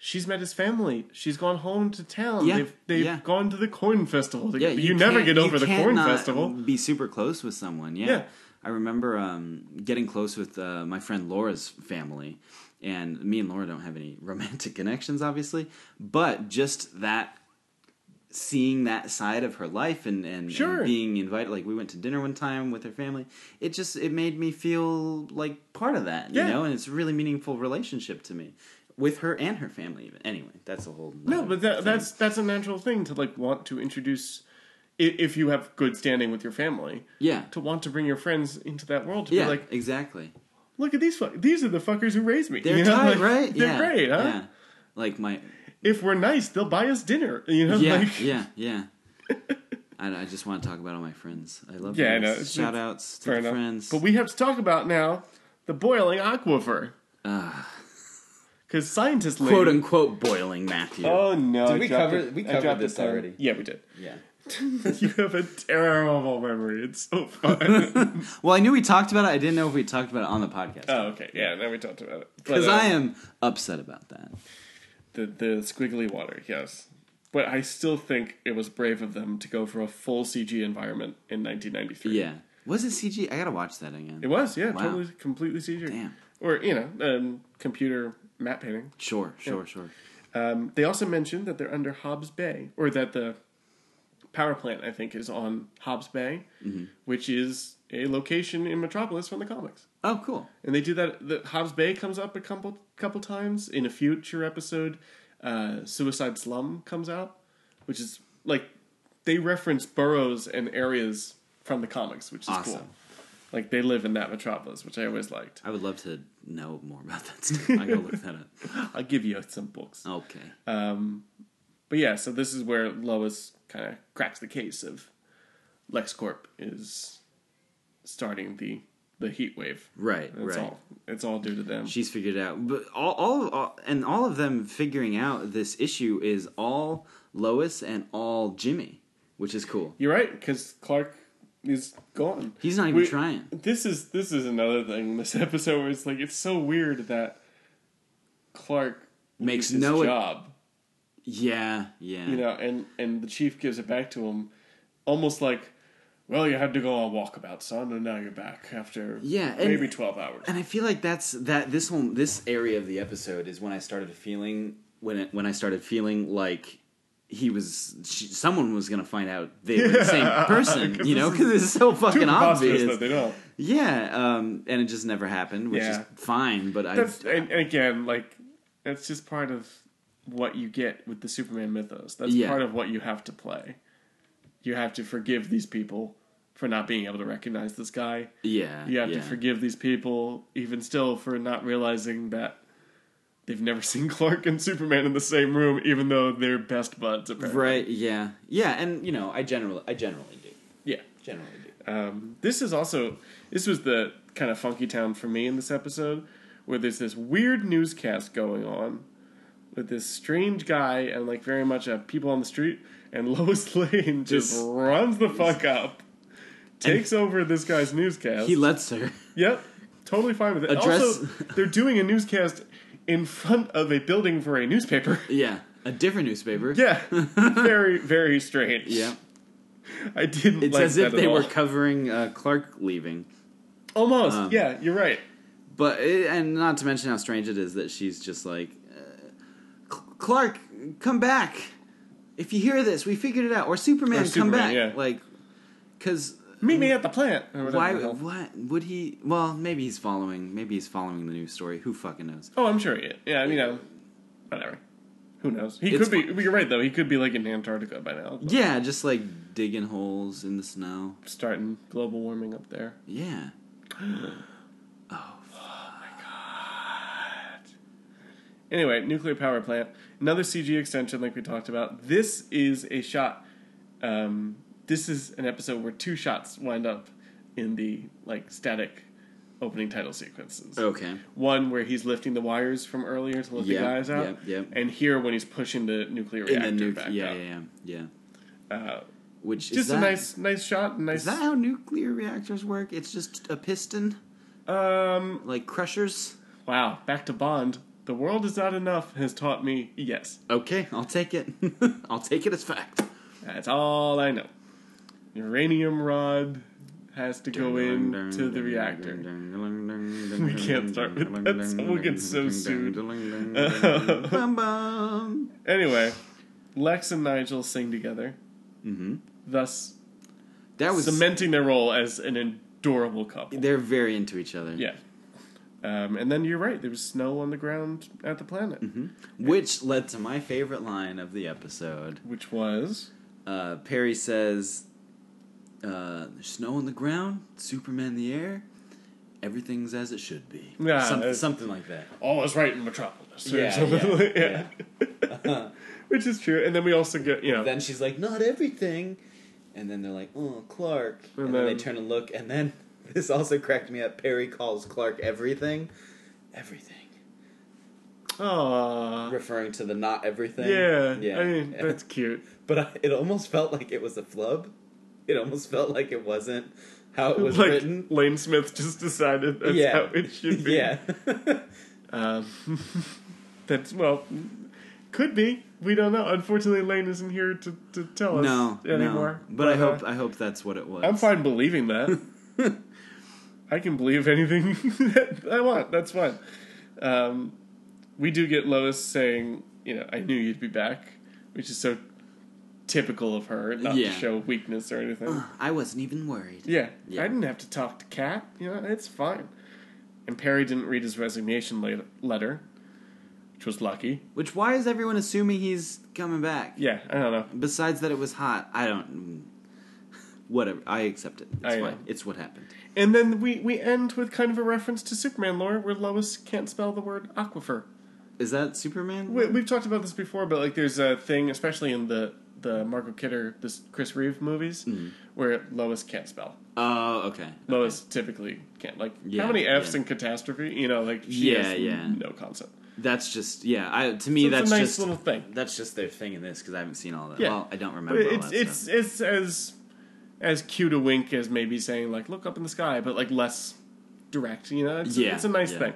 S1: She's met his family. She's gone home to town.
S2: Yeah,
S1: they've they've
S2: yeah.
S1: gone to the corn festival.
S2: Yeah,
S1: you, never
S2: can't-
S1: get
S2: you
S1: over the
S2: can't
S1: corn
S2: not
S1: festival.
S2: Be super close with someone. Yeah,
S1: Yeah.
S2: I remember um, getting close with uh, my friend Laura's family, and me and Laura don't have any [LAUGHS] romantic connections, obviously, but just that seeing that side of her life and and,
S1: Sure.
S2: and being invited like we went to dinner one time with her family it just it made me feel like part of that
S1: Yeah.
S2: you know and it's a really meaningful relationship to me with her and her family even anyway that's a whole
S1: No,
S2: nother
S1: but that,
S2: thing.
S1: that's that's a natural thing to like want to introduce i- if you have good standing with your family.
S2: yeah
S1: To want to bring your friends into that world to
S2: yeah
S1: be like,
S2: exactly
S1: look at these fuck these are the fuckers who raised me.
S2: They're
S1: You know,
S2: tight,
S1: like,
S2: right?
S1: They're
S2: yeah.
S1: great, huh?
S2: Yeah. Like
S1: [LAUGHS]
S2: my
S1: If we're nice, they'll buy us dinner. You know,
S2: yeah,
S1: like
S2: yeah, yeah. I, I just want to talk about all my friends. I love
S1: Yeah, I
S2: yeah,
S1: know. It's-
S2: shout outs to
S1: fair
S2: the
S1: enough.
S2: friends.
S1: But we have to talk about now the boiling aquifer
S2: Ah,
S1: because scientists lady-
S2: quote unquote boiling Matthew.
S1: Oh no!
S4: Did
S1: I
S4: we
S1: dropped
S4: cover-
S1: it-
S4: we
S1: I
S4: covered
S1: dropped
S4: this
S1: it down.
S4: already.
S1: Yeah, we
S2: [LAUGHS]
S1: did.
S4: Yeah.
S1: you have a terrible memory. It's so
S2: [LAUGHS]
S1: fun.
S2: Well, I knew we talked about it. I didn't know if we talked about it on the podcast
S1: oh, okay. Yeah, now we talked about it. But,
S2: because
S1: uh,
S2: I am upset about that.
S1: the the squiggly water. Yes, but I still think it was brave of them to go for a full CG environment in 1993.
S2: Yeah, was it CG? I gotta watch that again.
S1: it was. Yeah,
S2: Wow.
S1: totally, completely CG.
S2: Damn.
S1: Or you know, um, computer map painting.
S2: Sure, sure, sure.
S1: Um, they also mentioned that they're under Hobbs Bay, or that the power plant, I think, is on Hobbs Bay, which is a location in Metropolis from the comics.
S2: Oh, cool.
S1: And they do that. The Hobbs Bay comes up a couple couple times in a future episode. Uh, Suicide Slum comes out, which is like they reference boroughs and areas from the comics, which is cool.
S2: Awesome.
S1: Like they live in that metropolis, which I always liked.
S2: I would love to know more about that stuff. I gotta
S1: [LAUGHS]
S2: look that up.
S1: I'll give you some books.
S2: Okay.
S1: But yeah, so this is where Lois kind of cracks the case of LexCorp is starting the the heat wave.
S2: right,
S1: It's
S2: right.
S1: all it's all due to them.
S2: she's figured it out but all, all, all and all of them figuring out this issue is all lois and all jimmy which is cool
S1: You're right, because Clark is gone.
S2: he's not even
S1: We-
S2: trying
S1: This is this is another thing. in This [LAUGHS] episode where it's like it's so weird that Clark leaves
S2: Makes
S1: his
S2: no-
S1: job,
S2: yeah yeah
S1: you know, and and the chief gives it back to him, almost like, well, you had to go on walkabout, son, and now you're back after
S2: Yeah, and-
S1: maybe twelve hours.
S2: and i feel like that's that this whole this area of the episode is when i started feeling when it, when i started feeling like he was she, someone was gonna find out they
S1: [LAUGHS]
S2: were the same person you know because it's so
S1: Too
S2: fucking
S1: preposterous
S2: obvious
S1: that they don't.
S2: yeah um and it just never happened which
S1: Yeah.
S2: is fine but i
S1: That's and, and again, like that's just part of what you get with the Superman mythos. That's
S2: Yeah.
S1: part of what you have to play. You have to forgive these people for not being able to recognize this guy.
S2: yeah
S1: You have
S2: yeah.
S1: to forgive these people, even still, for not realizing that they've never [LAUGHS] seen Clark and Superman in the same room, even though they're best buds. Apparently.
S2: Right. Yeah. Yeah. And you know, I generally, I generally do.
S1: Yeah.
S2: Generally do.
S1: Um, this is also this was the kind of funky town for me in this episode, where there's this weird newscast going on with this strange guy and like very much a people on the street, and [LAUGHS] Lois Lane just,
S2: Just-
S1: runs the fuck up, takes over this guy's newscast.
S2: He lets her.
S1: yep, totally fine with it.
S2: Address-
S1: Also, they're doing a newscast in front of a building for a newspaper. [LAUGHS]
S2: Yeah. A different newspaper. [LAUGHS]
S1: yeah, very very strange.
S2: Yeah.
S1: I didn't.
S2: It's
S1: like
S2: as if
S1: that at
S2: they were
S1: all.
S2: covering uh, Clark leaving.
S1: almost.
S2: um,
S1: yeah, you're right.
S2: But it, and not to mention how strange it is that she's just like, uh, "Cl- Clark, come back. If you hear this, we figured it out. Or Superman,
S1: Or Superman,
S2: come back.
S1: yeah.
S2: Like, because
S1: Meet me at the plant. or whatever
S2: why?
S1: the hell.
S2: What would he? Well, maybe he's following. Maybe he's following the news story. Who fucking knows?
S1: Oh, I'm sure. He, yeah, I mean, uh, whatever. Who knows? He
S2: It's
S1: could be. You're right, though. He could be like in Antarctica by now, but
S2: Yeah, just like digging holes in the snow.
S1: starting global warming up there. [SIGHS]
S2: Yeah.
S1: Anyway, nuclear power plant. Another CG extension, like we talked about. This is a shot. Um, this is an episode where two shots wind up in the like static opening title sequences.
S2: Okay.
S1: One where he's lifting the wires from earlier to let
S2: Yep,
S1: the guys out,
S2: yep, yep.
S1: and here when he's pushing the nuclear
S2: In
S1: reactor
S2: the nuke,
S1: back
S2: yeah,
S1: up.
S2: yeah, yeah, yeah.
S1: Uh,
S2: Which is
S1: just
S2: that,
S1: a nice, nice shot. Nice.
S2: Is that how nuclear reactors work? It's just a piston,
S1: um,
S2: like crushers.
S1: Wow, back to Bond. The world is not enough has taught me yes.
S2: Okay, I'll take it. [LAUGHS] I'll take it as fact.
S1: That's all I know. Uranium rod has to go into the reactor.
S2: We
S1: can't start with that song. We'll get so sued. [LAUGHS]
S2: bum, bum.
S1: Anyway, Lex and Nigel sing together,
S2: hmm
S1: thus
S2: That was.
S1: cementing their role as an adorable couple.
S2: They're very into each other.
S1: Yeah. Um, and then you're right. There was snow on the ground at the planet,
S2: Mm-hmm. Which led to my favorite line of the episode.
S1: which was
S2: Uh, Perry says, uh, "There's snow on the ground, Superman in the air, everything's as it should be."
S1: Yeah,
S2: Some-
S1: that's-
S2: something like that.
S1: all is right in Metropolis. or
S2: Yeah,
S1: something
S2: yeah,
S1: like- yeah. [LAUGHS] which is true. And then we also get you know
S2: [LAUGHS] Then she's like, "Not everything," and then they're like, "Oh, Clark," and,
S1: And
S2: then,
S1: then-
S2: they turn and look, and then [LAUGHS] this also cracked me up. Perry calls Clark everything, everything,
S1: Aw.
S2: referring to the not everything.
S1: Yeah,
S2: yeah.
S1: I
S2: [LAUGHS]
S1: mean that's cute.
S2: but I, it almost felt like it was a flub. It almost felt like it wasn't how
S1: [LAUGHS]
S2: it was
S1: like
S2: written.
S1: Lane Smith just decided that's
S2: yeah,
S1: how it should be.
S2: Yeah,
S1: [LAUGHS] Um, that's well, could be. We don't know. Unfortunately, Lane isn't here to, to tell us
S2: no,
S1: anymore.
S2: No. But I hope
S1: uh,
S2: I hope that's what it was.
S1: I'm fine believing
S2: [LAUGHS]
S1: that. I can believe anything [LAUGHS] that I want. That's fine. Um, we do get Lois saying, "You know, I knew you'd be back," which is so typical of her, not
S2: Yeah.
S1: to show weakness or anything.
S2: [SIGHS] I wasn't even worried.
S1: Yeah,
S2: Yeah.
S1: I didn't have to talk to Kat. You know, it's fine. And Perry didn't read his resignation le- letter, which was lucky.
S2: Which why is everyone assuming he's coming back?
S1: Yeah, I don't know.
S2: Besides that, it was hot. I don't. Whatever. I accept it. It's
S1: I
S2: fine.
S1: know.
S2: It's what happened.
S1: And then we, we end with kind of a reference to Superman lore where Lois can't spell the word aquifer.
S2: Is that Superman?
S1: We, we've talked about this before, but like there's a thing, especially in the, the Margot Kidder, this Chris Reeve movies,
S2: Mm-hmm.
S1: where Lois can't spell.
S2: Oh, okay.
S1: Lois typically can't. Like,
S2: Yeah,
S1: how many F's
S2: yeah.
S1: in catastrophe? You know, like, she
S2: Yeah,
S1: has
S2: yeah.
S1: no concept.
S2: That's just yeah. I to me
S1: So
S2: that's
S1: it's a nice
S2: just
S1: little thing.
S2: that's just their thing in this because I haven't seen all that.
S1: Yeah.
S2: Well, I don't
S1: But
S2: remember. all
S1: it's
S2: that
S1: it's
S2: stuff.
S1: it's as as cute a wink as maybe saying like look up in the sky, but like less direct. You know, it's,
S2: Yeah,
S1: it's a nice
S2: yeah.
S1: thing.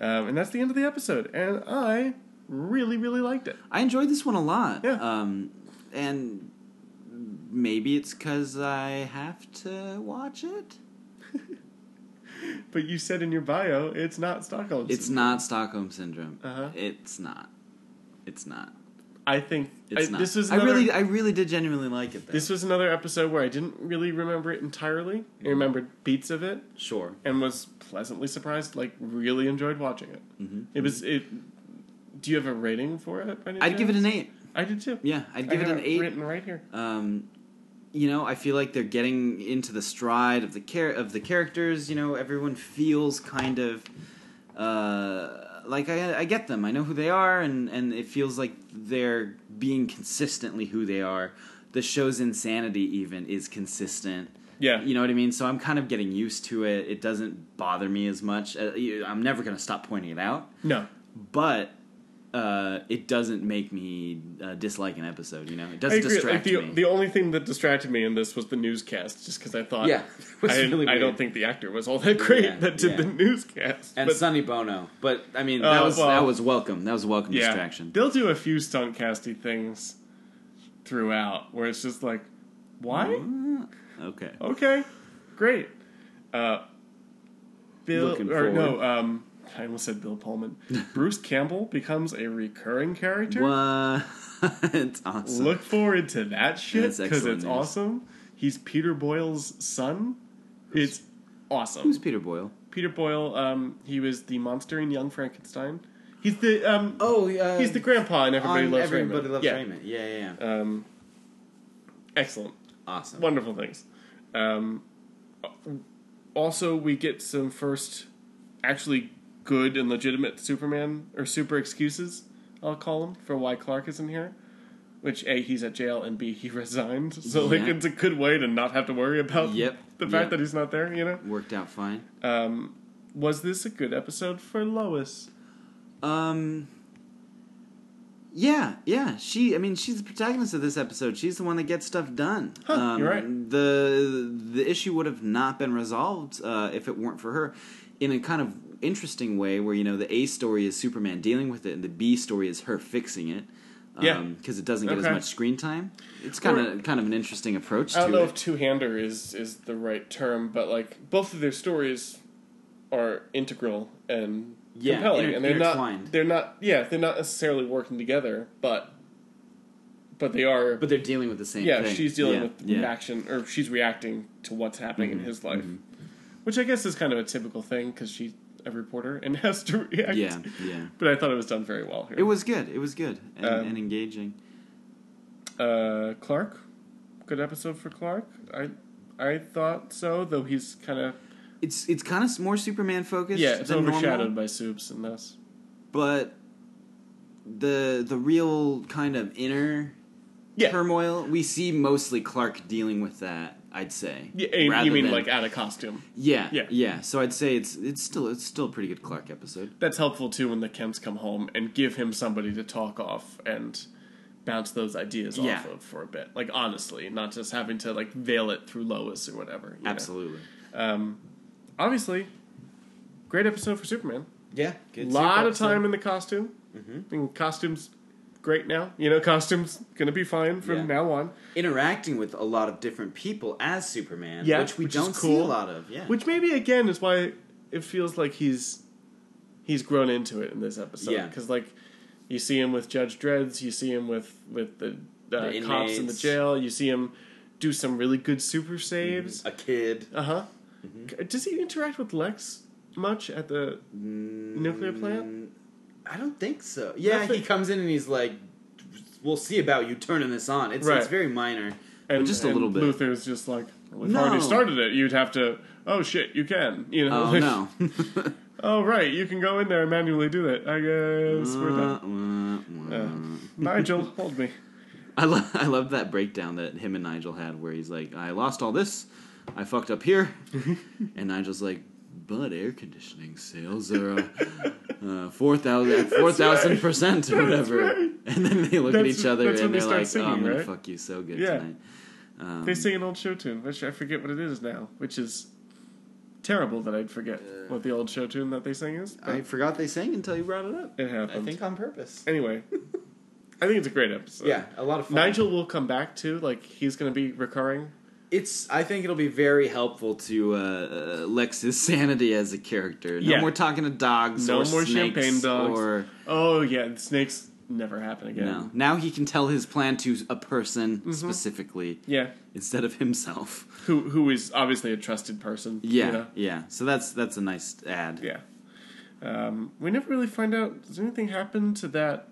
S1: Um, and that's the end of the episode, and I really really liked it.
S2: I enjoyed this one a lot.
S1: Yeah.
S2: Um, and maybe it's because I have to watch it.
S1: But you said in your bio it's not Stockholm.
S2: It's
S1: syndrome.
S2: not Stockholm syndrome.
S1: Uh-huh.
S2: It's not. It's not.
S1: I think
S2: It's
S1: I,
S2: not.
S1: this was
S2: I
S1: another,
S2: really I really did genuinely like it. Though.
S1: this was another episode where I didn't really remember it entirely. I remembered beats of it
S2: sure.
S1: and was pleasantly surprised. Like really enjoyed watching it. Mm-hmm. It was it. Do you have a rating for it? by any
S2: I'd give it
S1: chance?
S2: an eight.
S1: I did too.
S2: Yeah, I'd give
S1: I
S2: it
S1: have
S2: an eight.
S1: Written right here.
S2: um, you know, I feel like they're getting into the stride of the char- of the characters. You know, everyone feels kind of uh, like I, I get them. I know who they are, and and it feels like they're being consistently who they are. The show's insanity even is consistent.
S1: Yeah.
S2: You know what I mean? So I'm kind of getting used to it. It doesn't bother me as much. Uh, you- I'm never going to stop pointing it out,
S1: No.
S2: but uh, it doesn't make me uh, dislike an episode. You know, it
S1: I
S2: doesn't
S1: agree. Like
S2: distract
S1: the,
S2: me.
S1: the only thing that distracted me in this was the newscast, just because I thought,
S2: Yeah, [LAUGHS] it was
S1: I,
S2: really
S1: I don't
S2: weird.
S1: think the actor was all that great
S2: Yeah,
S1: that did
S2: yeah.
S1: the newscast.
S2: and
S1: but
S2: Sonny Bono. But I mean, that
S1: Oh,
S2: was
S1: well.
S2: that was welcome. That was a welcome distraction.
S1: they'll do a few stunt casty things throughout, where it's just like, why?
S2: Mm-hmm. Okay.
S1: Okay, great. Uh, Bill
S2: Looking
S1: or no,
S2: forward.
S1: um, I almost said Bill
S2: [LAUGHS]
S1: Pullman. Bruce Campbell becomes a recurring character.
S2: What? [LAUGHS] it's awesome.
S1: Look forward to that shit
S2: That's
S1: because
S2: excellent
S1: it's
S2: news.
S1: awesome. He's Peter Boyle's son. It's awesome.
S2: Who's Peter Boyle?
S1: Peter Boyle? Um, he was the monster in Young Frankenstein. He's the um,
S2: Oh, uh,
S1: he's the grandpa in Everybody Loves Raymond. yeah.
S2: Yeah, yeah, yeah.
S1: Um, excellent,
S2: awesome.
S1: wonderful things. Um, also, we get some first actually good and legitimate Superman or super excuses. I'll call them for why Clark isn't here. Which a he's at jail and b he [LAUGHS] resigned, so like
S2: Yeah.
S1: it's a good way to not have to worry about
S2: Yep,
S1: the fact
S2: yep.
S1: that he's not there. You know,
S2: Worked out fine.
S1: um, was this a good episode for Lois?
S2: Um, Yeah, yeah. She, I mean, she's the protagonist of this episode. She's the one that gets stuff done. Um,
S1: Huh, you're right.
S2: The the issue would have not been resolved uh, if it weren't for her, in a kind of interesting way, where you know the A story is Superman dealing with it, and the B story is her fixing it.
S1: Yeah.
S2: because it doesn't get
S1: Okay.
S2: as much screen time. It's kind of kind of an interesting approach
S1: I don't
S2: to
S1: know
S2: it.
S1: if two-hander is is the right term, but like both of their stories are integral and
S2: Yeah,
S1: compelling,
S2: inter-
S1: and they're
S2: intertwined.
S1: not they're not yeah they're not necessarily working together, but but they are.
S2: but they're dealing with the same.
S1: yeah,
S2: thing.
S1: she's dealing
S2: Yeah,
S1: with
S2: yeah. Mm-hmm,
S1: action or she's reacting to what's happening in his life, which I guess is kind of a typical thing because she's a reporter and [LAUGHS] has to react.
S2: Yeah, yeah.
S1: But I thought it was done very well here.
S2: It was good. It was good and,
S1: Um,
S2: and engaging.
S1: uh, Clark, good episode for Clark. I I thought so, though he's kind of
S2: It's it's kind of more Superman focused.
S1: yeah, it's
S2: than normal,
S1: overshadowed by Soups and this.
S2: but the the real kind of inner
S1: Yeah,
S2: turmoil we see mostly Clark dealing with that. I'd say.
S1: yeah and
S2: rather
S1: you mean
S2: than-
S1: like out of costume?
S2: Yeah,
S1: yeah.
S2: yeah, So I'd say it's it's still it's still a pretty good Clark episode.
S1: That's helpful too when the Kents come home and give him somebody to talk off and bounce those ideas
S2: Yeah.
S1: off of for a bit. Like honestly, not just having to like veil it through Lois or whatever. you know?
S2: Absolutely.
S1: Obviously, great episode for Superman.
S2: Yeah,
S1: A
S2: good.
S1: lot of time in the costume.
S2: Mm-hmm.
S1: I mean, costumes great now. You know, costumes gonna be fine from
S2: Yeah.
S1: now on.
S2: interacting with a lot of different people as Superman,
S1: Yeah,
S2: which we
S1: which is
S2: don't see
S1: cool.
S2: a lot of. Yeah,
S1: Which maybe again is why it feels like he's he's grown into it in this episode.
S2: Yeah.
S1: because like you see him with Judge Dreads, you see him with with the, uh,
S2: The
S1: cops in the
S2: inmates.
S1: jail, you see him do some really good super saves.
S2: a kid.
S1: Uh huh.
S2: Mm-hmm.
S1: Does he interact with Lex much at the
S2: Mm,
S1: nuclear plant?
S2: I don't think so. Yeah,
S1: Nothing-
S2: he comes in and he's like, "We'll see about you turning this on." It's
S1: Right.
S2: it's very minor,
S1: And
S2: but just a
S1: and
S2: little bit.
S1: Luther's just like, well, we've
S2: No.
S1: already started it. You'd have to. Oh shit, you can. You know.
S2: Oh
S1: [LAUGHS] like,
S2: [LAUGHS] no!
S1: Oh right, you can go in there and manually do it. I guess
S2: Uh.
S1: we're done. Nigel, hold me.
S2: I love I love that breakdown that him and Nigel had, where he's like, "I lost all this, I fucked
S1: [LAUGHS]
S2: up here," and Nigel's like, "But air conditioning sales are uh, four thousand four thousand percent or whatever,"
S1: right.
S2: and then they look at
S1: That's-
S2: each other
S1: that's when
S2: and
S1: they
S2: they're
S1: start
S2: like, "Oh, I'm
S1: singing,
S2: gonna
S1: right?
S2: fuck you so good
S1: Yeah.
S2: tonight." Um,
S1: They sing an old show tune, which I forget what it is now, which is terrible that I'd forget what the old show tune that they sing is. but
S2: I forgot they sang until you brought it up.
S1: it happened.
S2: on purpose.
S1: Anyway, I think it's a great episode.
S2: Yeah, a lot of fun.
S1: Nigel will come back too. Like he's going to be recurring.
S2: It's. I think it'll be very helpful to uh, uh, Lex's sanity as a character. No
S1: Yeah.
S2: more talking to dogs.
S1: No
S2: or
S1: more
S2: snakes
S1: champagne dogs.
S2: Or
S1: Oh yeah, the snakes never happen again.
S2: no. Now he can tell his plan to a person
S1: Mm-hmm.
S2: specifically
S1: Yeah,
S2: instead of himself.
S1: who who is obviously a trusted person. you
S2: Yeah,
S1: know?
S2: yeah. So that's that's a nice ad.
S1: yeah. Um, we never really find out. Does anything happen to that?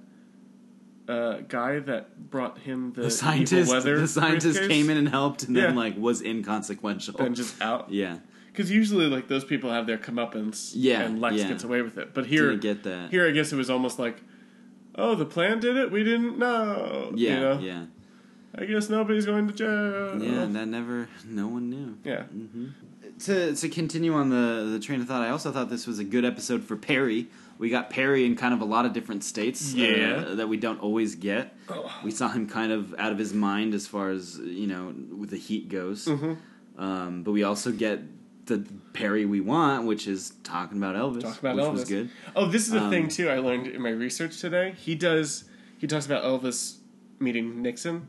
S1: Uh, guy that brought him the,
S2: The
S1: evil
S2: scientist,
S1: weather
S2: the scientist
S1: briefcase?
S2: came in and helped, and then
S1: Yeah.
S2: like was inconsequential.
S1: and just out.
S2: yeah,
S1: Because usually, like those people have their comeuppance,
S2: Yeah,
S1: and Lex
S2: yeah.
S1: gets away with it. But here,
S2: Didn't get that.
S1: here, I guess it was almost like, oh, the plan did it. We didn't know.
S2: yeah,
S1: you know?
S2: yeah,
S1: I guess nobody's going to jail.
S2: yeah. And that never. No one knew.
S1: yeah.
S2: to to continue on the the train of thought, I also thought this was a good episode for Perry. We got Perry in kind of a lot of different states uh,
S1: Yeah.
S2: that we don't always get. We saw him kind of out of his mind as far as you know with the heat goes. Um, but we also get the Perry we want, which is talking about Elvis,
S1: Talk about
S2: which
S1: Elvis.
S2: was good. Um,
S1: Oh, this is the thing too. I learned in my research today. He does. He talks about Elvis meeting
S2: [LAUGHS]
S1: Nixon,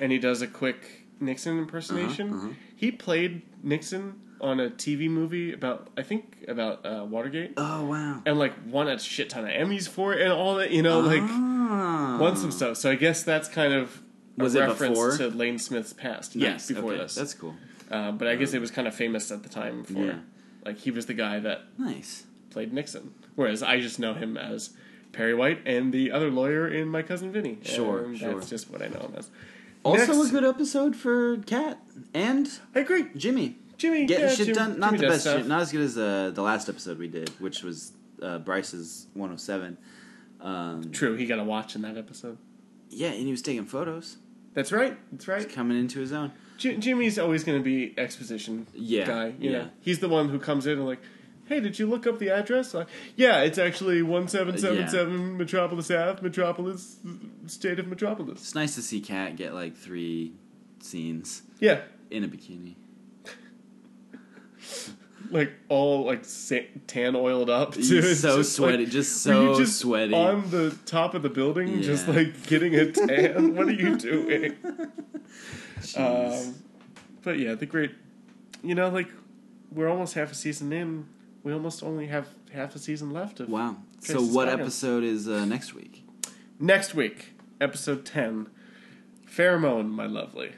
S1: and he does a quick Nixon impersonation.
S2: Uh-huh,
S1: He played Nixon on a TV movie about, I think, about uh, Watergate.
S2: Oh wow!
S1: and like won a shit ton of Emmys for it and all that, you know, like
S2: Ah.
S1: won some stuff. So I guess that's kind of a
S2: Was it
S1: reference
S2: before?
S1: to Lane Smith's past.
S2: Nice,
S1: Yes, before
S2: okay,
S1: this.
S2: That's cool.
S1: uh, but I guess it was kind of famous at the time for
S2: Yeah.
S1: like he was the guy that
S2: Nice.
S1: played Nixon, whereas I just know him as Perry White and the other lawyer in My Cousin Vinny.
S2: Sure,
S1: And
S2: sure.
S1: That's just what I know him as.
S2: Also
S1: Next-
S2: a good episode for Kat and
S1: I agree,
S2: Jimmy.
S1: Jimmy.
S2: getting
S1: yeah,
S2: shit
S1: Jimmy-
S2: done. Not
S1: Jimmy
S2: the
S1: does
S2: best,
S1: stuff.
S2: shit, not as good as uh, the last episode we did, which was uh, Bryce's 107. Um,
S1: True, he got a watch in that episode.
S2: yeah, and he was taking photos,
S1: That's right. That's right.
S2: coming into his own.
S1: J- Jimmy's always going to be exposition
S2: Yeah,
S1: guy. You
S2: yeah.
S1: know, he's the one who comes in and like, Hey, did you look up the address? Like, yeah, it's actually 1777 Metropolis Ave, Metropolis, State of Metropolis.
S2: It's nice to see Kat get like three scenes
S1: Yeah,
S2: in a
S1: [LAUGHS]
S2: bikini.
S1: like all like sa- tan oiled up. [LAUGHS] Too.
S2: He's
S1: It's
S2: so
S1: just,
S2: sweaty,
S1: like,
S2: just
S1: were
S2: so
S1: you just
S2: sweaty.
S1: on the top of the building, just
S2: Yeah.
S1: like getting a
S2: [LAUGHS]
S1: tan. what are you doing?
S2: Jeez.
S1: Um, but yeah, the great. You know, like we're almost half a season in. We almost only have half a season left of
S2: wow. So
S1: Tracy's
S2: what
S1: Island.
S2: episode is uh, next week?
S1: Next week, episode 10 Pheromone, my lovely.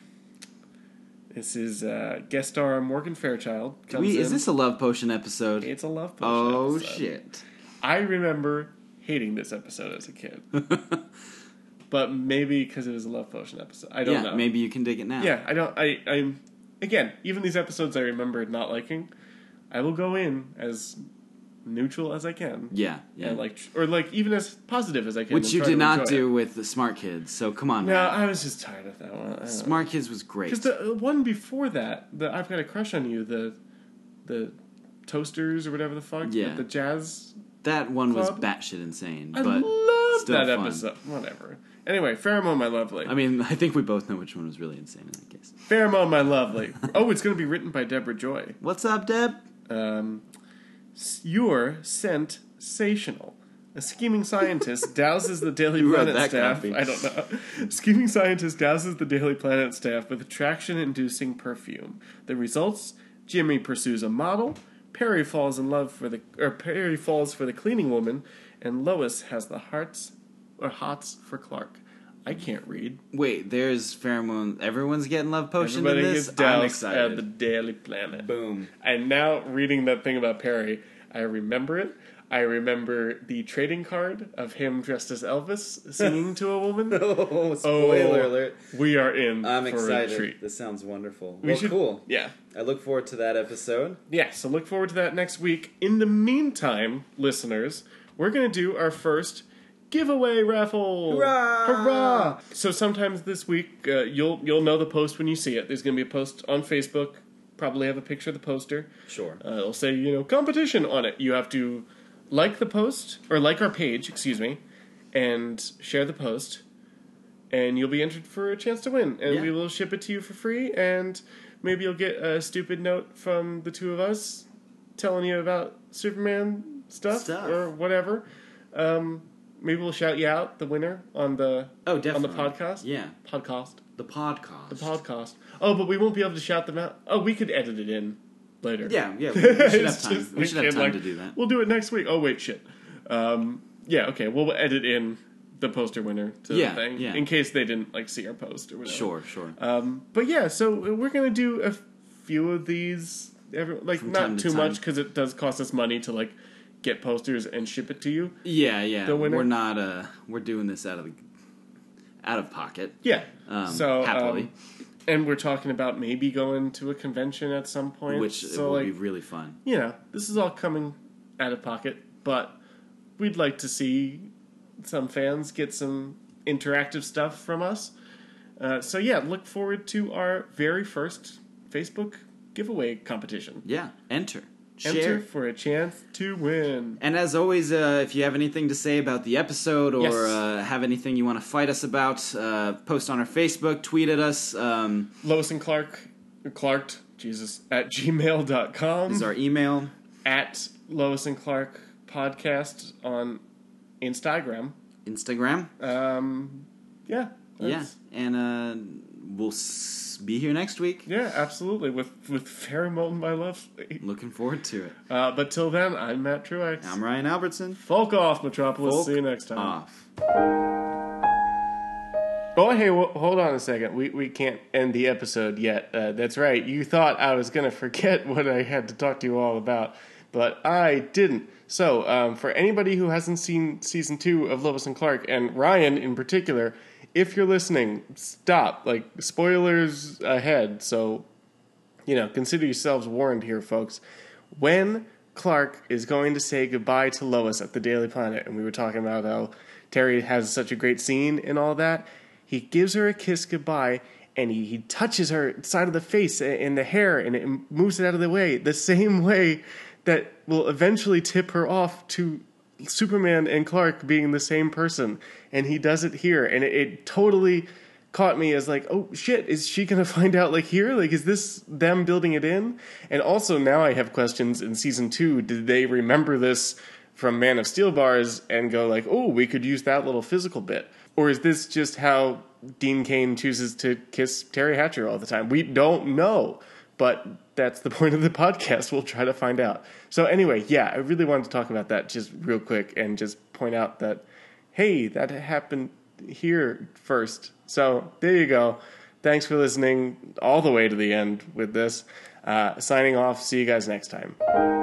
S1: This is uh, guest star Morgan Fairchild.
S2: Do
S1: comes
S2: we, is
S1: in.
S2: this a love potion episode?
S1: It's a love potion.
S2: oh
S1: episode.
S2: shit.
S1: I remember hating this episode as a
S2: [LAUGHS]
S1: kid, but maybe because it was a love potion episode. I don't
S2: yeah,
S1: know.
S2: maybe you can dig it now.
S1: Yeah, I don't. I. I'm again. Even these episodes I remember not liking. I will go in as neutral as I can.
S2: Yeah. Yeah.
S1: And like, or like even as positive as I can.
S2: Which
S1: and
S2: you
S1: try
S2: did
S1: to
S2: not
S1: enjoy it.
S2: do with the Smart Kids. So come on,
S1: No,
S2: man.
S1: I was just tired of that one. I don't know.
S2: Smart Kids was great.
S1: Because the uh, one before that, the I've got a crush on you, the the toasters or whatever the fuck,
S2: Yeah.
S1: the, the jazz.
S2: that one was
S1: Club?
S2: batshit insane.
S1: I
S2: but
S1: love
S2: still
S1: that
S2: fun.
S1: episode. Whatever. Anyway, pheromone, my lovely.
S2: I mean, I think we both know which one was really insane in that case.
S1: pheromone, my lovely. [LAUGHS] oh, it's going to be written by Deborah Joy.
S2: What's up, Deb?
S1: Um, s- you're sent sational. A scheming
S2: [LAUGHS]
S1: scientist douses the Daily
S2: Who wrote
S1: Planet
S2: that
S1: staff.
S2: copy?
S1: I don't know. Scheming scientist douses the Daily Planet staff with attraction-inducing perfume. The results: Jimmy pursues a model. Perry falls in love for the or Perry falls for the cleaning woman, and Lois has the hearts or hots for Clark. I can't read.
S2: Wait, there's pheromone. Everyone's getting love potion
S1: Everybody
S2: in
S1: gets
S2: this. I'm
S1: doused at
S2: excited.
S1: the Daily Planet.
S2: Boom.
S1: And now reading that thing about Perry, I remember it. I remember the trading card of him dressed as Elvis singing to a
S4: [LAUGHS] [LAUGHS]
S1: woman.
S4: Oh,
S1: Oh,
S4: spoiler alert.
S1: We are in
S4: I'm
S1: for a
S4: excited.
S1: treat.
S4: This sounds wonderful.
S1: We
S4: well,
S1: should-
S4: cool.
S1: Yeah.
S4: I look forward to that episode.
S1: Yeah, so look forward to that next week. In the meantime, listeners, we're going to do our first giveaway raffle.
S4: Hurrah!
S1: Hurrah! So sometimes this week uh, you'll you'll know the post when you see it. There's going to be a post on Facebook, probably have a picture of the poster.
S4: Sure.
S1: Uh, it'll say, you know, competition on it. You have to like the post, or like our page, excuse me, and share the post, and you'll be entered for a chance to win. And
S2: Yeah.
S1: we will ship it to you for free, and maybe you'll get a stupid note from the two of us telling you about Superman stuff,
S2: Stuff.
S1: or whatever. Um, maybe we'll shout you out, the winner, on the
S2: oh, definitely
S1: on the podcast.
S2: Yeah,
S1: Podcast.
S2: the podcast.
S1: The podcast. Oh, but we won't be able to shout them out. Oh, we could edit it in later.
S2: Yeah, yeah.
S1: [LAUGHS]
S2: We, we should have
S1: It's
S2: time.
S1: just-
S2: we should have
S1: can't,
S2: time
S1: like,
S2: to do that.
S1: We'll do it next week. Oh wait, shit. Um, yeah, okay. We'll edit in the poster winner to
S2: Yeah,
S1: the thing
S2: yeah.
S1: in case they didn't like see our post or whatever.
S2: Sure, sure.
S1: Um, but yeah, so we're gonna do a few of these. Every, like
S2: From time
S1: not
S2: to
S1: too much 'cause much
S2: time.
S1: because it does cost us money to like get posters and ship it to you.
S2: yeah, yeah.
S1: the winner-
S2: We're not. Uh, we're doing this out of the, out of pocket.
S1: Yeah.
S2: Um,
S1: so um,
S2: happily,
S1: and we're talking about maybe going to a convention at some point,
S2: which
S1: so
S2: will
S1: like
S2: be really fun.
S1: you know, this is all coming out of pocket, but we'd like to see some fans get some interactive stuff from us. Uh, so yeah, look forward to our very first Facebook giveaway competition.
S2: Yeah. Enter. Share.
S1: Enter for a chance to win.
S2: And as always, uh, if you have anything to say about the episode or
S1: Yes.
S2: uh, have anything you want to fight us about, uh, post on our Facebook, tweet at us. Um,
S1: Lois and Clark, Clarked, Jesus, at gmail.com.
S2: is our email.
S1: at Lois and Clark podcast on Instagram.
S2: Instagram.
S1: Um, yeah.
S2: Yeah,
S1: that's-
S2: and uh, we'll s- be here next week.
S1: Yeah, absolutely. With with pheromone, my love.
S2: Looking forward to it.
S1: Uh, but till then, I'm Matt Truex.
S2: I'm Ryan Albertson.
S1: Folk off, Metropolis.
S2: Folk
S1: See you next time.
S2: Off.
S1: Oh, hey, well, hold on a second. We we can't end the episode yet. Uh, that's right. You thought I was gonna forget [LAUGHS] what I had to talk to you all about, but I didn't. So, um, for anybody who hasn't seen season two of Lois and Clark, and Ryan in particular, if you're listening, stop. Like spoilers ahead. So you know, consider yourselves warned here, folks. When Clark is going to say goodbye to Lois at the Daily Planet, and we were talking about how Terry has such a great scene and all that, he gives her a kiss goodbye and he, he touches her side of the face a- and the hair and it moves it out of the way the same way that will eventually tip her off to Superman and Clark being the same person. And he does it here. And it, it totally caught me as like, oh shit, is she going to [LAUGHS] find out like here? Like, is this them building it in? And also now I have questions in season two. Did they remember this from Man of Steel bars and go like, oh, we could use that little physical bit? Or is this just how Dean Kane chooses to kiss Terry Hatcher all the time? We don't know but that's the [LAUGHS] point of the podcast. We'll try to find out. So anyway, yeah, I really wanted to talk about that just real quick and just point out that hey, that happened here first. So there you go. Thanks for listening all the way to the end with this. Uh, signing off. See you guys next time.